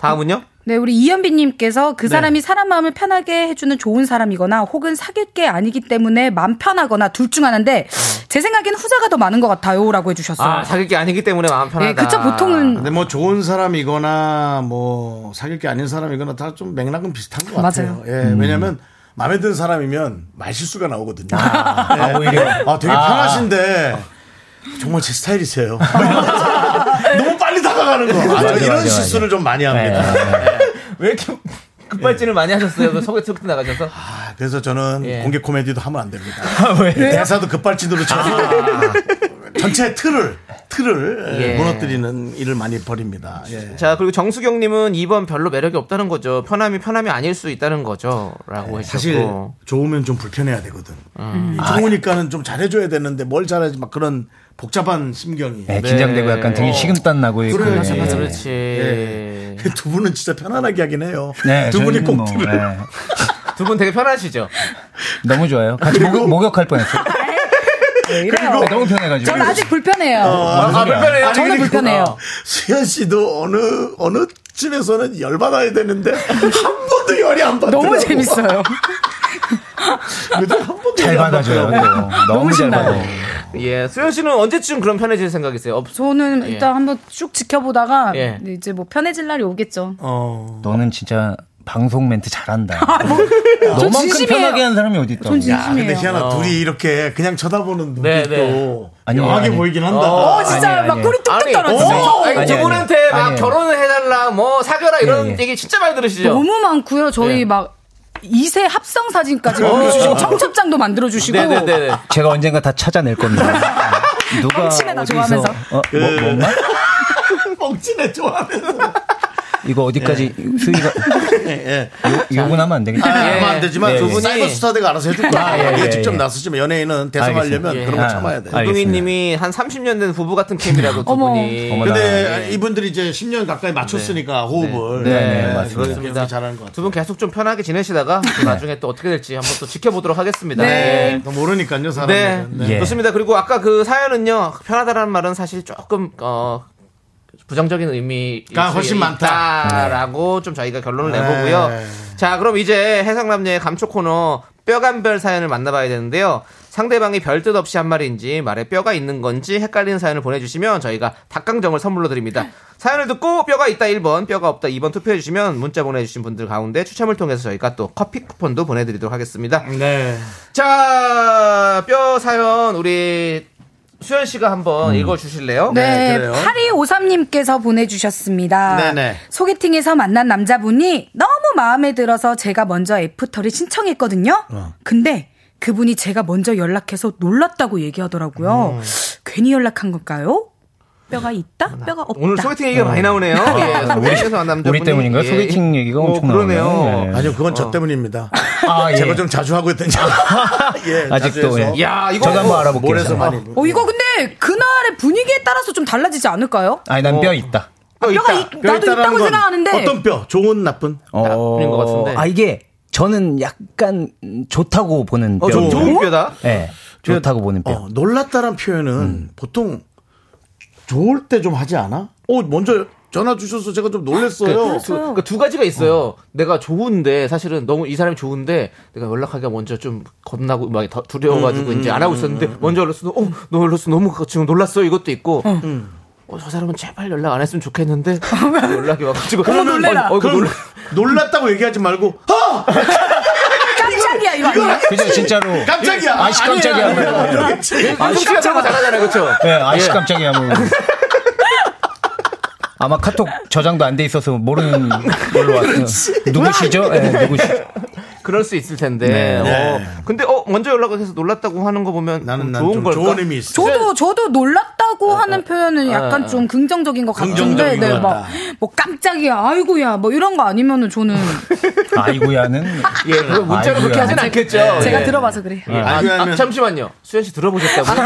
다음은요?
네, 우리 이현빈님께서
네.
그 사람이 사람 마음을 편하게 해주는 좋은 사람이거나 혹은 사귈 게 아니기 때문에 맘 편하거나 둘 중 하나인데
어.
제 생각엔 후자가 더 많은 것 같아요라고 해주셨어요.
아, 사귈 게 아니기 때문에 마음 편하다.
예, 그쵸, 보통은.
근데 뭐 좋은 사람이거나 뭐 사귈 게 아닌 사람이거나 다 좀 맥락은 비슷한 것 같아요.
맞아요.
음.
예, 왜냐면 마음에 드는 사람이면 말실수가 나오거든요. 예.
아, 오히려.
아, 되게 편하신데 정말 제 스타일이세요. [LAUGHS] 너무 빨리 다가가는 거. 아, 저
맞아,
이런
맞아,
실수를 좀 많이
네,
합니다.
왜 이렇게 급발진을 많이 하셨어요? 그 소개팅 때 나가셔서?
아, 그래서 저는
예.
공개 코미디도 하면 안 됩니다.
아,
대사도 급발진으로 쳐서 전체 틀을 틀을
예.
무너뜨리는 일을 많이 벌입니다. 예.
자 그리고 정수경님은 2번 별로 매력이 없다는 거죠. 편함이 편함이 아닐 수 있다는
네,
거죠라고 해주셨고
사실
어.
좋으면 좀 불편해야 되거든. 좋으니까는 좀 잘해줘야 되는데 뭘 잘하지 막 그런 복잡한 심경이.
네, 긴장되고 약간 등에 식은땀 나고 있고.
그래,
예.
맞아,
그렇지.
예. 두 분은 진짜 편안하게 하긴 해요.
네,
두 분이
저희는
꼭
뭐,
틀을.
네.
두 분 되게
[LAUGHS]
편하시죠.
너무 좋아요. 같이 목, 목욕할 뻔했어요.
이래요.
네, 너무 편해가지고.
전 아직 불편해요.
아, 불편해요.
어, 아니,
저는
[LAUGHS] 그리고 어.
불편해요.
수현 씨도 어느 어느 집에서는 열 받아야 되는데 한 번도 열이 안 받더라고.
너무 재밌어요.
그죠? 한 번도
잘
열이 안
받아줘요.
받더라고.
또. 너무 잘
신나요.
받아요.
예, 수현 씨는 언제쯤 그런 편해질 생각이세요? 없...
저는 일단 한번 쭉 지켜보다가
예.
이제 뭐 편해질 날이 오겠죠.
어.
너는 진짜 방송
[LAUGHS]
멘트 잘한다.
아, 뭐, 전
너만큼
진심이에요.
편하게 하는 사람이 어디 있다.
전
야, 근데
진심이에요.
희한하 둘이 이렇게 그냥 쳐다보는 눈이
네, 네.
또
아니요,
묘하게
아니요.
보이긴 한다.
어, 진짜
아니에요,
막
아니에요.
꿀이 뚝뚝
아니,
떨어지죠.
오! 아니,
아니,
저분한테 막
아니에요.
결혼을 해달라, 뭐 사겨라 이런
예, 예.
얘기 진짜 많이 들으시죠.
너무 많고요. 저희
네.
막 2세 합성 사진까지 보내주시고 청첩장도 만들어 주시고
어. 네네네.
제가 언젠가 다
[LAUGHS]
찾아낼 겁니다. 누가
뻥치네, 나
어디서
좋아하면서.
어, 뭐,
예.
뭔가?
뻥치네 좋아하면서.
이거 어디까지 수위가
네.
예.
요- 요건 하면 안 되겠다.
예.
아, 하면 안 되지만
네,
두
예.
분이 사이버스타드가 알아서 해줄 거야.
아, 예,
이게
예,
직접
예.
나서지만 연예인은 대성하려면
알겠습니다.
그런 거
예.
참아야 돼.
알-
유동희님이 한 30년 된 부부 같은 캠이라고 두
어머.
분이.
어머나.
근데 아, 이분들이 이제 10년 가까이 맞췄으니까 호흡을
예. 네, 네, 맞습니다.
그렇습니다. 잘하는 것
두
같아요.
분 계속 좀 편하게 지내시다가 또 나중에 또 어떻게 될지 한번 또 지켜보도록
네.
하겠습니다. 예.
모르니까요,
네.
사람들은.
예.
좋습니다. 그리고 아까 그 사연은요, 편하다라는 말은 사실 조금, 어, 부정적인 의미가
아, 훨씬 많다.
라고 좀 저희가 결론을
네.
내보고요. 자, 그럼 이제 해상남녀의 감초 코너 뼈간별 사연을 만나봐야 되는데요. 상대방이 별뜻 없이 한 말인지 말에 뼈가 있는 건지 헷갈리는 사연을 보내주시면 저희가 닭강정을 선물로 드립니다. 사연을 듣고 뼈가 있다 1번, 뼈가 없다 2번 투표해주시면 문자 보내주신 분들 가운데 추첨을 통해서 저희가 또 커피 쿠폰도 보내드리도록 하겠습니다.
네.
자, 뼈 사연 우리 수현 씨가 한번
음.
읽어 주실래요?
네,
그래요.
8253님께서 보내주셨습니다.
네네.
소개팅에서 만난 남자분이 너무 마음에 들어서 제가 먼저 애프터를 신청했거든요. 근데 그분이 제가 먼저 연락해서 놀랐다고 얘기하더라고요. 괜히 연락한 걸까요? 뼈가 있다? 뼈가 없다?
오늘 소개팅 얘기가 많이 나오네요. 예, 소개팅에서 한 남자분이.
아, 우리 때문인가요? 소개팅 얘기가 엄청
그러네요.
나오네요. 네.
아니요, 그건 저 때문입니다.
아, 예.
제가 좀 자주 하고 있던
[LAUGHS]
예,
아직도
자주 해서.
예.
야, 이거 뭐
저도 한번 알아볼게요.
몰에서 많이.
어, 이거 근데 그날의 분위기에 따라서 좀 달라지지 않을까요?
아니
어.
난 뼈 있다.
뼈
뼈가
있다.
있- 나도 있다고
건
생각하는데.
어떤 뼈? 좋은 나쁜?
나쁜 것 같은데.
아 이게 저는 약간 음, 좋다고 보는 뼈.
어, 좋은, 좋은 뼈다.
예. 좋다고 보는 뼈. 음.
어, 놀랐다란 표현은 보통 좋을 때 좀 하지 않아? 어, 먼저 전화 주셔서 제가 좀 놀랐어요.
그, 그러니까 두 가지가 있어요. 내가 좋은데 사실은 너무 이 사람이 좋은데 내가 연락하기가 먼저 좀 겁나고 막 더- 두려워가지고 이제 안 하고 있었는데 먼저 연락했어. 어, 너 연락했어. 너무 지금 놀랐어. 이것도 있고. 음. 어, 저 사람은 제발 연락 안 했으면 좋겠는데 어, 연락이 와가지고 어머
놀래라.
어, 이거
그럼
놀래.
[LAUGHS] 놀랐다고 얘기하지 말고 허!
깜짝이야, 이거 아니야?
그죠 진짜로.
깜짝이야.
아씨 깜짝이야.
아니에요,
뭐.
아니에요. 이러겠지.
아씨 깜짝아 잘하잖아요, 그렇죠?
예, 아씨 깜짝이야 뭐. 아마
[LAUGHS]
카톡 저장도 안 돼 있어서 모르는 걸로 왔어요. 누구시죠? 예, 누구시죠?
그럴 수 있을 텐데.
네.
어,
네.
근데 어 먼저 연락을 해서 놀랐다고 하는 거 보면
나는
좀 좋은
난좀
걸까?
좋은 의미 있어.
저도 저도 놀랐다고 하는 표현은 약간 좀 긍정적인 것 같은데,
긍정적인
네,
것 같다.
막뭐 깜짝이야, 아이고야, 뭐 이런 거 아니면은 저는
아이고야는
예, 그걸 문자로 그렇게
아이고야.
하진 않겠죠.
제가
예.
들어봐서 그래.
아, 아,
아이고야면-
잠시만요. 수현 씨
[LAUGHS]
들어보셨다고?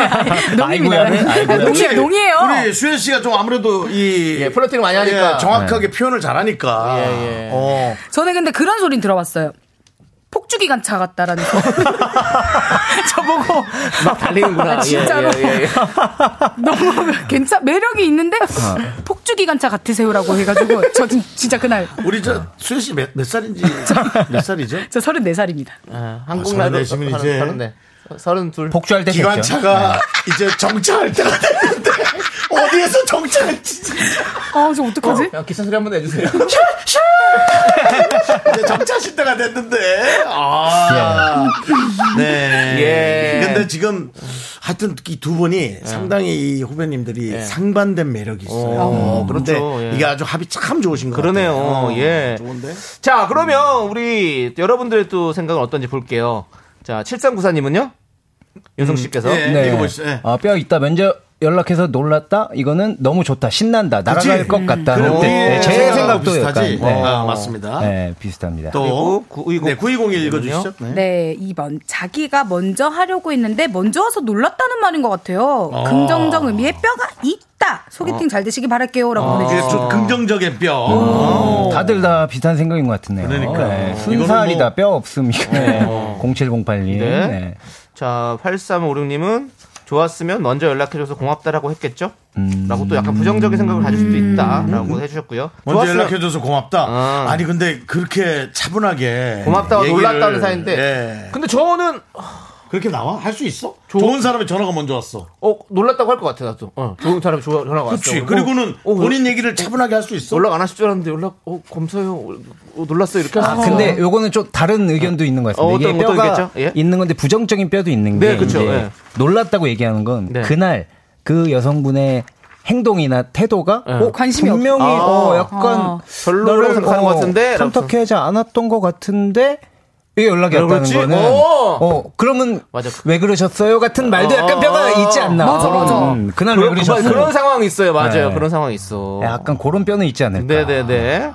농입니다.
아이고야는
아,
아이고야.
농이에요, 농이에요.
우리 수현 씨가 좀 아무래도 이
예, 플러팅 많이 하니까. 네.
예, 정확하게 표현을 잘하니까.
예, 예.
어.
저는 근데 그런 소린 들어봤어요. 폭주 기관차 같다라는 거. 저보고
막 달리는구나.
아, 진짜로.
예, 예, 예.
[LAUGHS] 너무 괜찮 매력이 있는데 폭주 기관차 같으세요라고 해가지고 저 진- 진짜 그날
우리
네.
저 수현 씨 몇
[LAUGHS]
살인지 몇 살이죠?
저 34살입니다.
아,
아,
한국
서른
나이로
내시면 이제-
서른 둘.
폭주할 때 됐죠.
네.
기관차가 이제 정차할 때가
[LAUGHS]
됐는데 어디에서 정차했지?
아, 저 어떡하지?
야, 기사 소리 한번 해주세요.
이제 정차하실 때가 됐는데. 아. 네.
예.
근데 지금 하여튼 이 두 분이 상당히 이 후배님들이 상반된 매력이 있어요.
오,
어, 그런데
예. 그렇죠. 예.
이게 아주 합이 참 좋으신 것
[LAUGHS] 그러네요.
같아요. 어,
예.
좋은데?
자, 그러면 우리 여러분들의 또 생각은 어떤지 볼게요. 자, 7394님은요? 윤성 씨께서.
예.
네.
읽어보시죠. 예.
아, 뼈 있다. 먼저 연락해서 놀랐다. 이거는 너무 좋다. 신난다. 날아갈
그치?
것 같다.
그럼
네,
우리의
네, 제
생각하고
생각도
비슷하지?
약간 네.
아, 맞습니다.
네, 비슷합니다.
또
그리고 9201
네, 9201 읽어주시죠. 네.
네, 2번. 자기가 먼저 하려고 했는데 먼저 와서 놀랐다는 말인 것 같아요. 긍정적 의미의 뼈가 있다. 소개팅 잘 되시길 바랄게요. 라고
네.
이게
보내주셨어요.
아.
좀 긍정적인 뼈.
음,
어.
다들 다 비슷한 생각인 것 같네요.
그러니까.
네,
이거는 뭐- 네.
순살이다. 뼈 없음이다. 0708님.
네.
네.
자, 8356님은 좋았으면 먼저 연락해줘서 고맙다라고 했겠죠?
음.
라고 또 약간 부정적인 생각을 가질 수도 있다라고 해주셨고요.
먼저
좋았으면-
연락해줘서 고맙다.
아.
아니 근데 그렇게 차분하게
고맙다고
얘기를-
놀랐다는 사이인데.
예.
근데 저는,
그렇게 나와? 할 수 있어? 좋은 사람의 전화가 먼저 왔어.
어, 놀랐다고 할 것 같아, 나도. 어, 좋은 사람이 조- 전화가 왔어.
그렇지.
어,
그리고는
어,
본인 얘기를 차분하게 할 수 있어.
연락 안 하실 줄 알았는데 연락, 어, 검사요. 어, 놀랐어요. 이렇게
아,
하셨어요.
근데 요거는 좀 다른 의견도 있는 것 같습니다.
어,
이게
어떤- 어떤
뼈가
의견이죠? 예?
있는 건데 부정적인 뼈도 있는 게
네, 그쵸,
이제
예.
놀랐다고 얘기하는 건
네.
그날 그 여성분의 행동이나 태도가 어,
관심이 없-
분명히
예. 아,
어, 약간
아.
별로라고
나를,
생각하는 것 같은데?
탐탁해하지 않았던 것 같은데 이게 연락이
왜
왔다는
그렇지?
거는
오!
어 그러면
맞아.
왜 그러셨어요 같은 말도 약간 뼈가
아,
있지 않나
맞아,
음,
맞아.
그날 왜
그런, 그런,
그러셨어요
그런 상황이 있어요. 맞아요.
네.
그런 상황이 있어.
약간 그런 뼈는 있지 않을까
네네네.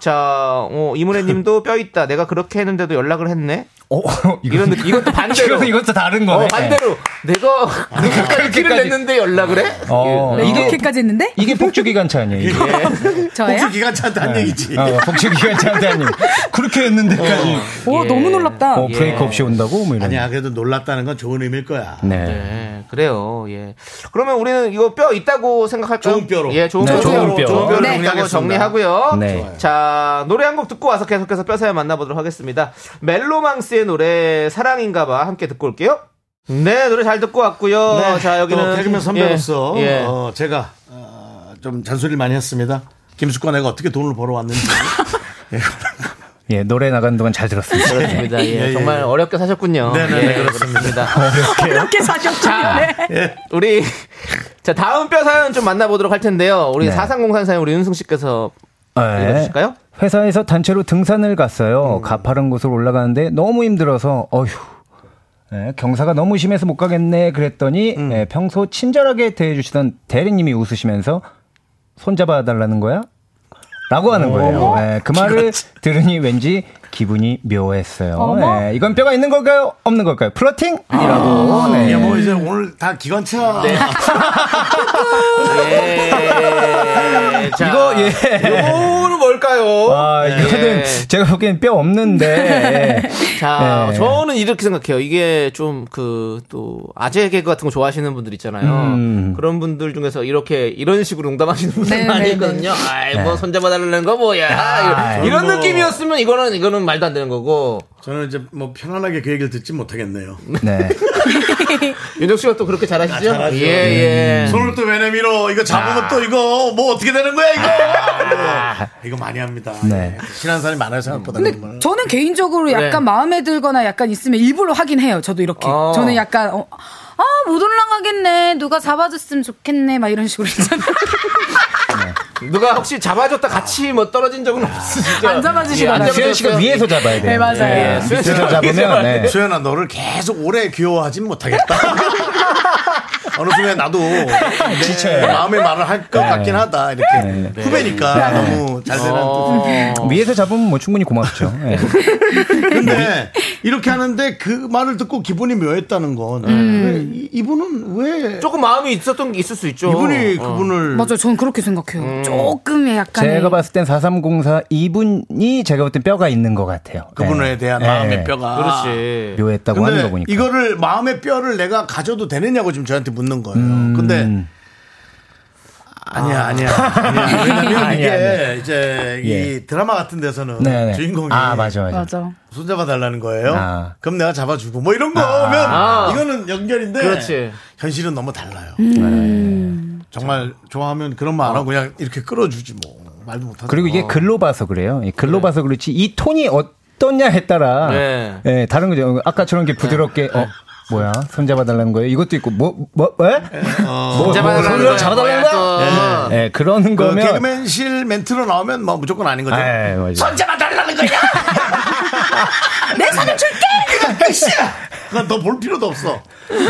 자, 어, 이문혜 님도 뼈 있다. 내가 그렇게 했는데도 연락을 했네?
어, [LAUGHS]
이런 느낌. 이것도 반대로.
이건- 이것도 다른 거네
어, 반대로. 내가 그렇게까지 티를
그렇게까지.
냈는데 연락을 해?
어,
예.
이게
이렇게까지 했는데?
이게 폭주기관차 아니에요? 이게?
[LAUGHS]
저예요?
혹시 기관차한테 한 얘기지.
어, 폭주기관차한테 아니에요. 그렇게 했는데까지.
오,
예.
너무 놀랍다.
어, 브레이크 없이 온다고? 뭐
어,
이런.
예. 아니야. 그래도 놀랐다는 건 좋은 의미일 거야.
네.
예, 그래요. 예. 그러면 우리는 이거 뼈 있다고 생각할까요?
좋은 뼈로.
예, 좋은
네,
뼈로.
좋은 뼈.
좋은 뼈로
네.
정리하고
정리하겠습니다.
정리하고요.
네.
좋아요. 자, 노래 한 곡 듣고 와서 계속해서 뼈 사연 만나보도록 하겠습니다. 멜로망스의 노래 사랑인가봐 함께 듣고 올게요. 네, 노래 잘 듣고
어,
왔고요. 자, 여기는
네. 또 개그맨 선배로서
예, 예.
어, 제가 어, 좀 잔소리를 많이 했습니다. 김숙관 애가 어떻게 돈을 [LAUGHS] 벌어왔는지.
예, 노래 나가는 동안 잘 들었습니다.
그렇습니다. 예,
예, 예.
정말 어렵게 사셨군요.
네네네,
예, 그렇습니다.
어렵게 사셨군요. 네.
우리 자 다음 뼈 사연 좀 만나보도록 할 텐데요. 우리
네.
사상공산 사연 우리 윤승 씨께서
네.
읽어주실까요? 음.
회사에서 단체로 등산을 갔어요. 가파른 곳으로 올라가는데 너무 힘들어서, 어휴. 예, 경사가 너무 심해서 못 가겠네 그랬더니
음.
예, 평소 친절하게 대해주시던 대리님이 웃으시면서 손잡아 달라는 거야? 라고
어.
하는 거예요. 예, 그 말을 들으니 왠지 기분이 묘했어요. 예, 이건 뼈가 있는 걸까요? 없는 걸까요? 플러팅? 이라고.
아.
네.
야, 뭐 이제 오늘 다 기관차.
예. 자,
이거, 예.
요거는 뭘까요?
아, 이거는
예.
제가 보기엔 뼈 없는데. 예.
[LAUGHS] 자, 어,
예.
저는 이렇게 생각해요. 이게 좀 그 또 아재 개그 같은 거 좋아하시는 분들 있잖아요. 그런 분들 중에서 이렇게 이런 식으로 농담하시는 분들
네, 네,
많이 있거든요. 아이 뭐 손잡아 달라는 거 뭐야.
아,
이런
뭐.
느낌이었으면 이거는 이거는 말도 안 되는 거고.
[LAUGHS] 저는 이제 뭐 편안하게 그 얘기를 듣지 못하겠네요.
네.
윤정 씨가 또 그렇게 잘하시죠?
아, 잘하죠. 음.
예, 예.
손을 또 왜 내밀어? 이거 잡으면 또 이거 뭐 어떻게 되는 거야 이거? 네. 이거 많이 합니다.
네.
예. 친한 사람이 많아요 생각보다. 정말.
저는 개인적으로 약간 마음에 들거나 약간 있으면 일부러 하긴 해요. 저도 이렇게.
어.
저는 약간, 어, 아, 못 올라가겠네. 누가 잡아줬으면 좋겠네. 막 이런 식으로 있잖아요.
음. 누가 혹시 잡아줬다 같이 뭐 떨어진 적은 없으시죠?
안 잡아주시거나.
예, 안
수현 씨가
잡아줬어요?
위에서 잡아야 돼요.
네, 맞아요.
예, 수현 씨가
밑에서
위에서
[LAUGHS]
잡으면 네.
소연아 너를 계속 오래 귀여워하진
[LAUGHS]
못하겠다. 어느 순간 나도
네. 지쳐요. 네.
마음의 말을 할 것 같긴 하다. 이렇게
네.
후배니까 너무
어.
잘되는.
위에서 잡으면 뭐 충분히 고맙죠. 예.
근데 이렇게 하는데 그 말을 듣고 기분이 묘했다는 건
음.
왜, 이- 이분은 왜
조금 마음이 있었던 게 있을 수 있죠.
이분이 뭐
어.
그분을
맞아요. 저는 그렇게 생각해요. 조금 약간.
제가 봤을 땐 4304 이분이 제가 볼 땐 뼈가 있는 것 같아요.
그분에 대한
예.
마음의 뼈가
그렇지.
묘했다고 하는
근데
거 보니까.
이거를 마음의 뼈를 내가 가져도 되느냐고 지금 저한테 묻는 거예요.
음.
근데 아니야 아니야. 아니야. [LAUGHS] 왜냐면
아니야,
이게
아니야.
이제 이
예.
드라마 같은 데서는
네, 네.
주인공이
아 맞아 맞아.
맞아.
손잡아 달라는 거예요.
아.
그럼 내가 잡아주고 뭐 이런 거면 이거는 연결인데
그렇지.
현실은 너무 달라요.
음.
네. 정말 좋아하면 그런 말 안 하고 그냥 이렇게 끌어주지 뭐 말도 못하죠.
그리고 이게 글로 봐서 그래요. 이 글로 봐서
네.
그렇지 이 톤이 어떠냐에 따라
네.
예, 다른 거죠. 아까처럼
네.
이렇게 부드럽게 어 뭐야 손 잡아달라는 거예요. 이것도 있고 뭐뭐 뭐?
어.
에? 뭐,
잡아달라는
손
거야.
잡아달라는
뭐야,
거야?
또.
예, 그러는
그
거면
개그맨실 멘트로 나오면 뭐 무조건 아닌 거죠.
예, 맞아요. [LAUGHS]
내 사진 줄게!
그건 더 볼 필요도 없어.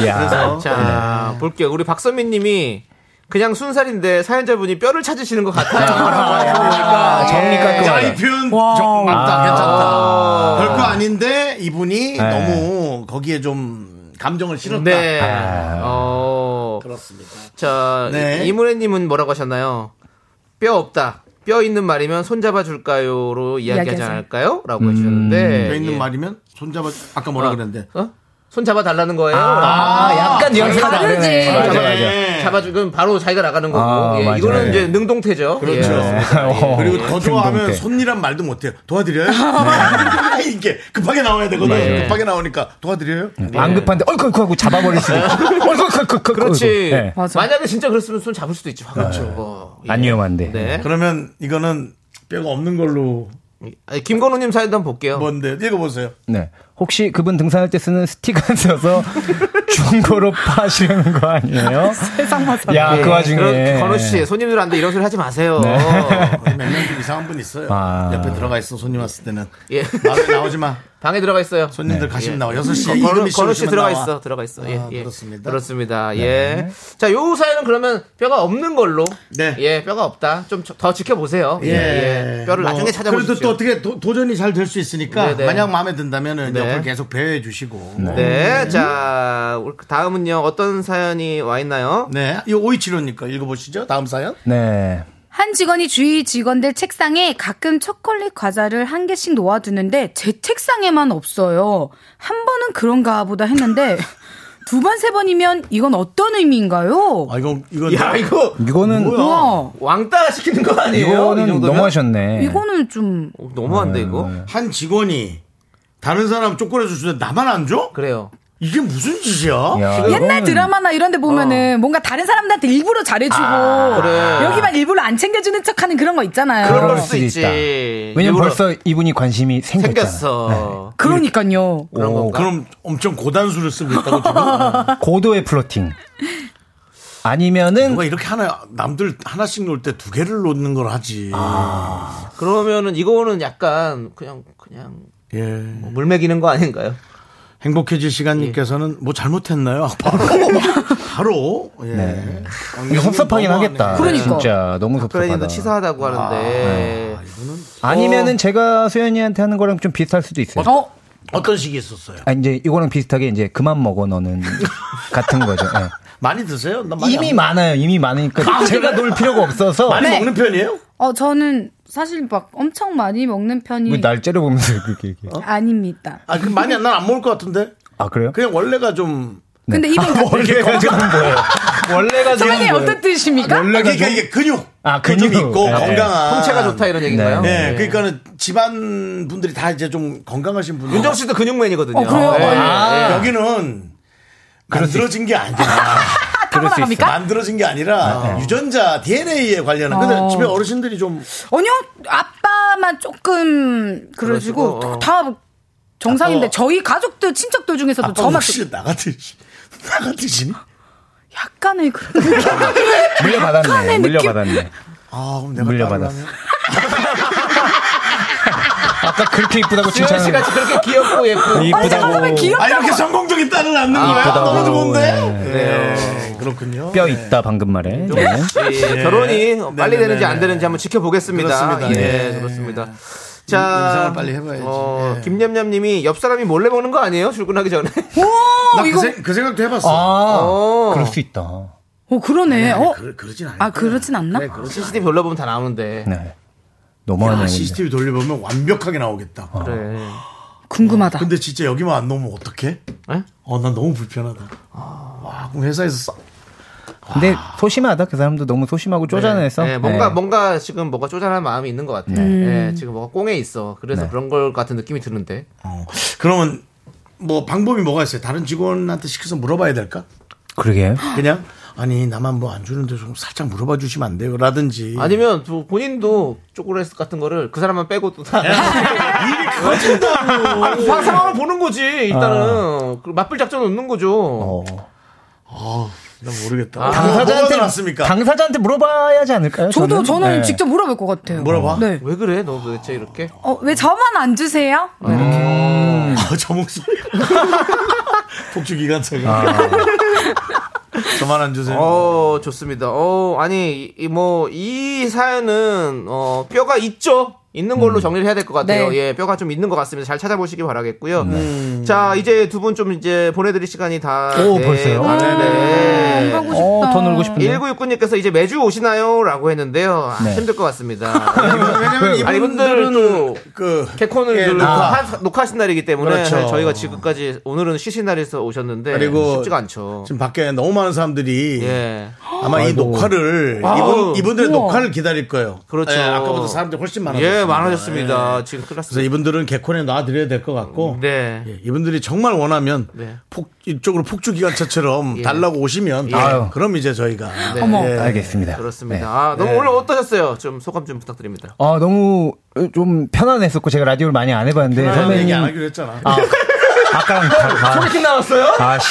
야.
자, 볼게요. 우리 박선민 님이 그냥 순살인데 사연자분이 뼈를 찾으시는 것 같아요.
아, 정리
야,
깔끔하다.
이 표현 정, 맞다,
아.
어. 아.
괜찮다. 별거 아닌데 이분이
네.
너무 거기에 좀 감정을 실었다.
네. 어.
그렇습니다.
자,
네.
이- 이문혜님은 뭐라고 하셨나요? 뼈 없다. 뼈 있는 말이면 손잡아 줄까요?로 이야기하지
이야기하자.
않을까요? 라고 해주셨는데.
뼈 있는
예.
말이면 손잡아 아까 뭐라 그랬는데
어? 손 잡아 달라는 거예요?
아, 약간 뉘앙스가
다르지.
다르네.
손
맞아,
잡아,
맞아.
예.
예.
잡아주, 그럼 바로 자기가 나가는 거고.
아,
예,
맞아요.
이거는 이제 능동태죠.
그렇죠.
예.
어,
그리고 더 좋아하면
행동 때.
손이란 말도 못해요. 도와드려요? [LAUGHS] 이게 급하게 나와야 되거든요.
네.
급하게 나오니까 도와드려요?
음.
안 급한데 얼컥 하고 잡아버릴 수도 있고. 얼컥 네.
그렇지.
맞아.
만약에 진짜 그랬으면 손 잡을 수도 있죠. 그렇죠. 어, 예.
예. 안 위험한데.
네.
그러면 이거는 뼈가 없는 걸로
아니, 김건우님 사연도 한번 볼게요.
뭔데
[LAUGHS]
읽어보세요.
네. 혹시 그분 등산할 때 쓰는 스티커 써서 [LAUGHS] 중고로 파시는 거 아니에요?
[LAUGHS] 세상 맞아.
야, 그 와중에.
예. 그런 건우 씨, 손님들한테 이런 소리 하지 마세요. 네.
어, 몇명좀 이상한 분 있어요.
아.
옆에 들어가 있어 손님 왔을 때는
예. 네.
나도 나오지 마.
[LAUGHS] 방에 들어가 있어요. 어,
손님들 가시면 나와. 6시에
건우
이금희
건우 씨
오시면
들어가
나와.
있어, 들어가 있어. 예,
아,
예.
그렇습니다.
그렇습니다. 예. 자, 요 사연은 그러면 뼈가 없는 걸로.
네.
예, 뼈가 없다. 좀 더 지켜보세요. 예.
예.
예. 뼈를
뭐,
나중에 찾아보십시오.
그래도 또 어떻게 도, 전이 잘 될 수 있으니까
네네.
만약 마음에 든다면은
네.
옆을 계속 배회해 주시고. 네.
네. 자, 그 다음은요. 어떤 사연이 와 있나요?
네. 이 오이치로니까 읽어보시죠. 다음 사연.
네.
한 직원이 주위 직원들 책상에 가끔 초콜릿 과자를 한 개씩 놓아두는데 제 책상에만 없어요. 한 번은 그런가 보다 했는데 [LAUGHS] 두 번, 세 번이면 이건 어떤 의미인가요?
아 이건 이건
야, 이거
이거는,
우와,
왕따 시키는 거 아니에요? 이
이거는
정도면?
너무하셨네.
이거는 좀
어, 너무한데, 이거?
네.
한 직원이 다른 사람 초콜릿을 주는데 나만 안 줘?
그래요.
이게 무슨 짓이야?
야,
옛날
아, 이거는-
드라마나 이런 데 보면은 뭔가 다른 사람들한테 일부러 잘해주고
그래.
여기만 일부러 안 챙겨주는 척하는 그런 거 있잖아요.
그런
그럴
걸 수도
수도
있지.
있다. 왜냐면
일부러
벌써 이분이 관심이 생겼잖아.
생겼어.
그러니까요.
그런
오,
건가?
그럼 엄청 고단수를 쓰고 있다고 [LAUGHS] 지금
고도의 플러팅. 아니면은
누가 이렇게 하나 남들 하나씩 놓을 때 두 개를 놓는 걸 하지.
아.
네.
그러면은 이거는 약간 그냥 그냥
예.
뭐 물매기는 거 아닌가요?
행복해질 시간님께서는 뭐 잘못했나요? [LAUGHS] 바로 바로 예.
네.
이거 섭섭하긴
너무하네.
하겠다.
그러니까.
진짜
프레임도
너무 섭섭하다. 아, 네.
치사하다고 하는데
아니면은 제가 수현이한테 하는 거랑 좀 비슷할 수도 있어요.
어?
어떤 식이 있었어요?
아, 이제 이거랑 비슷하게 이제 그만 먹어 너는 같은 거죠. 예.
많이 드세요? 나 많이
이미
안-
많아요. 이미 많으니까 제가 놀 필요가 없어서
많이
네.
먹는 편이에요?
어, 저는 사실 막 엄청 많이 먹는
왜
편이
뭐 날짜를 보면서 그렇게 얘기해.
어? 아닙니다.
아, 그 많이 난안 먹을 것 같은데.
아 그래요?
그냥 원래가 좀
근데 이분
원래가 지금 뭐예요? 원래가 지금
사장님
뭐예요?
어떤 뜻입니까?
원래가
그러니까
좀
이게 근육
아,
좀
근육.
있고
네.
건강한
통체가 좋다
아,
이런 얘기인가요?
네,
예.
그러니까는 집안 분들이 다 이제 좀 건강하신 분들.
윤정 씨도 근육맨이거든요.
어, 그래요?
예.
아,
네.
예.
여기는 만들어진 게 아니라
그럴 수 있어.
만들어진 게 아니라 유전자 DNA에 관련한.
아.
근데 집에 어르신들이 좀
아니요, 아빠만 조금 그러시고
그러시고, 어.
다 정상인데
아빠.
저희 가족들 친척들 중에서도
아빠
저만
혹시 나 같으시 나 같으시니?
약간의 그런
물려받았네.
약간의 느낌?
물려받았네.
아, 그럼 내가
물려받았어.
따르라면?
아까 그렇게 이쁘다고
수현
칭찬을
씨가 그렇게 귀엽고 예쁘고
이쁘다고
아, 이렇게 성공적인 딸을 낳는 거야?
이쁘다고.
너무 좋은데?
네.
아, 네. 그렇군요.
뼈
네.
있다 방금 말에. 네.
예, 결혼이 빨리
네네네.
되는지 안 되는지 한번 지켜보겠습니다.
그렇습니다.
예,
예.
그렇습니다.
인상을
자,
빨리 해봐야지.
어,
예.
김냠냠님이 옆 사람이 몰래 먹는 거 아니에요? 출근하기 전에.
나
오
그,
이거
생- 그 생각도 해봤어.
아,
어.
그럴 수 있다.
어 그러네. 어 아
그, 그러진 않아.
그렇진 않나?
그래,
[LAUGHS]
그렇지.
CCTV 올라보면 다 나오는데.
네. 너무하네.
아,
요
CCTV 돌려보면 완벽하게 나오겠다.
그래.
궁금하다.
근데 진짜 여기만 안 넘으면 어떡해?
예?
어, 난 너무 불편하다. 와, 그럼 회사에서 싸.
근데 소심하다. 그 사람도 너무 소심하고 쪼잔해서.
예, 뭔가
네.
뭔가 지금 뭐가 쪼잔한 마음이 있는 것 같아요. 예, 지금 뭐가 꽁에 있어. 그래서
네.
그런 걸 같은 느낌이 드는데.
어. 그러면 뭐 방법이 뭐가 있어요? 다른 직원한테 시켜서 물어봐야 될까?
그러게요.
그냥 아니 나만 뭐 안 주는데 좀 살짝 물어봐 주시면 안 돼요? 라든지
아니면 또 본인도 초콜릿 같은 거를 그 사람만 빼고 또 [LAUGHS] 다.
네. 일이 커진다고. 아.
아니, 뭐 상- 상황을 보는 거지. 일단은 그 맞불 작전 없는 거죠.
어.
난 모르겠다. 당사자한테 났습니까?
당사자한테 물어봐야 하지 않을까요?
저도
저는?
저는
네.
직접 물어볼 것 같아요.
물어봐.
네.
왜 그래? 너 도대체 이렇게?
어왜 저만 안 주세요? 네,
음.
아, 저 목소리. [LAUGHS] 폭주 기관차가. [LAUGHS] 저만 안 주세요.
아. 어 좋습니다. 어 아니 뭐 이 사연은 어 뼈가 있죠. 있는
음.
걸로 정리를 해야 될 것 같아요.
네.
예, 뼈가 좀 있는 것 같습니다. 잘 찾아보시기 바라겠고요.
음.
자, 이제 두 분 좀 이제 보내드릴 시간이 다. 네. 아,
오,
돼
벌써요?
가는데.
하고
음.
싶다.
어, 더 놀고 싶은데.
1969님께서 네. 이제 매주 오시나요? 라고 했는데요. 아,
네.
힘들 것 같습니다.
[LAUGHS] 왜냐면
네. 아니, 이분들은 또
그
개콘을
예,
그
녹화.
녹화, 녹화하신 날이기 때문에
그렇죠.
저희가 지금까지 오늘은 쉬신 날에서 오셨는데
그리고
쉽지가 않죠.
지금 밖에 너무 많은 사람들이
예.
아마 이 녹화를
아우.
이분 이분들의 녹화를 기다릴 거예요.
그렇죠.
예, 아까보다 사람들이 훨씬 많아졌어요.
예, 많아졌습니다. 지금 클라스.
그래서 이분들은 개콘에 놔드려야 될 것 같고
네.
예, 이분들이 정말 원하면
네. 예.
폭, 이쪽으로 폭주 기관차처럼 달라고 오시면
아유.
그럼 이제 저희가
어머.
예.
네, 알겠습니다. 네.
그렇습니다. 아,
네.
너무 오늘 어떠셨어요? 좀 소감 좀 부탁드립니다.
아, 너무 좀 편안했었고 제가 라디오를 많이 안
네.
해봤는데
그런 얘기
선배님
안 하기로 했잖아.
아까랑 다, 아,
소개팅 나왔어요?
아, 씨.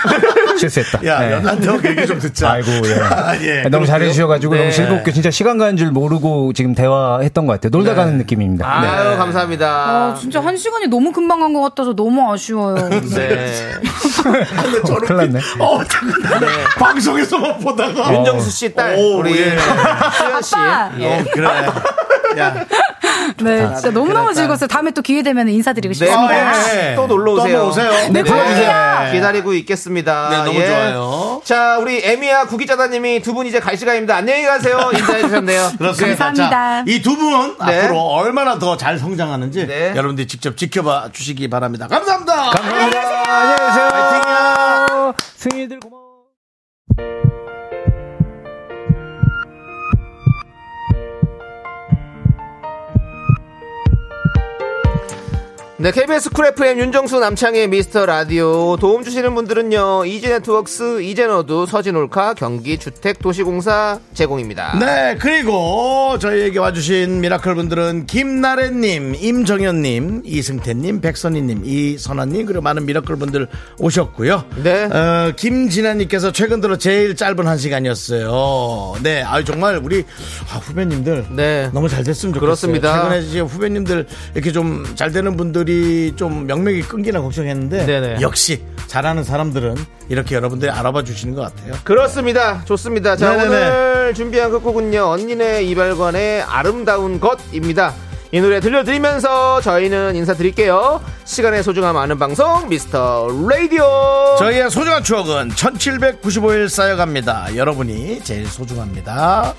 [LAUGHS] 실수했다.
야,
네.
연한테 얘기 좀 듣자.
아이고, 예.
[LAUGHS] 아, 예.
너무
그렇고요.
잘해주셔가지고
네.
너무 즐겁게 진짜 시간 가는 줄 모르고 지금 대화했던 것 같아요. 놀다 가는
네.
느낌입니다. 네.
아유, 감사합니다.
아, 진짜 한 시간이 너무 금방 간 것 같아서 너무 아쉬워요.
네.
[LAUGHS] 근데 저렇게
[LAUGHS] 큰일 났네.
어, 자꾸 나는 방송에서만 보다가 어,
윤정수 씨 딸,
오,
우리
예.
수현 씨.
아빠!
어,
예.
그래. 야,
네, 진짜 너무너무 즐거웠어요. 다음에 또 기회 되면 인사드리고
네,
싶습니다.
예.
또 놀러
또
오세요.
한번 오세요.
네, 고맙습니다.
네.
기다리고 있겠습니다. 예.
네, 너무 좋아요.
자, 우리 에미야 구기자다님이 두 분 이제 갈 시간입니다. 안녕히 가세요. 인사해 주셨네요.
그렇습니다.
감사합니다.
이 두 분
네.
앞으로 얼마나 더 잘 성장하는지
네.
여러분들이 직접 지켜봐 주시기 바랍니다. 감사합니다.
안녕하세요. 안녕하세요. 승희들 고마워.
네, KBS 쿨 FM 윤정수 남창의 미스터 라디오 도움 주시는 분들은요. 이지네트웍스, 이젠어두, 서진올카, 경기 주택도시공사 제공입니다.
네, 그리고 저희에게 와주신 미라클 분들은 김나래님, 임정현님, 이승태님, 백선희님, 이선아님, 그리고 많은 미라클 분들 오셨고요.
네.
어, 김진아님께서 최근 들어 제일 짧은 한 시간이었어요. 네, 아유, 정말 우리 아, 후배님들.
네.
너무 잘 됐으면 좋겠어요.
그렇습니다.
최근에 이제 후배님들 이렇게 좀 잘 되는 분들이 좀 명맥이 끊기나 걱정했는데
네네.
역시 잘하는 사람들은 이렇게 여러분들이 알아봐 주시는 것 같아요.
그렇습니다. 좋습니다. 자,
네네네.
오늘 준비한 끝곡은요. 언니네 이발관의 아름다운 것입니다. 이 노래 들려드리면서 저희는 인사드릴게요. 시간의 소중함 아는 방송 미스터 라디오.
저희의 소중한 추억은 1795일 쌓여갑니다. 여러분이 제일 소중합니다.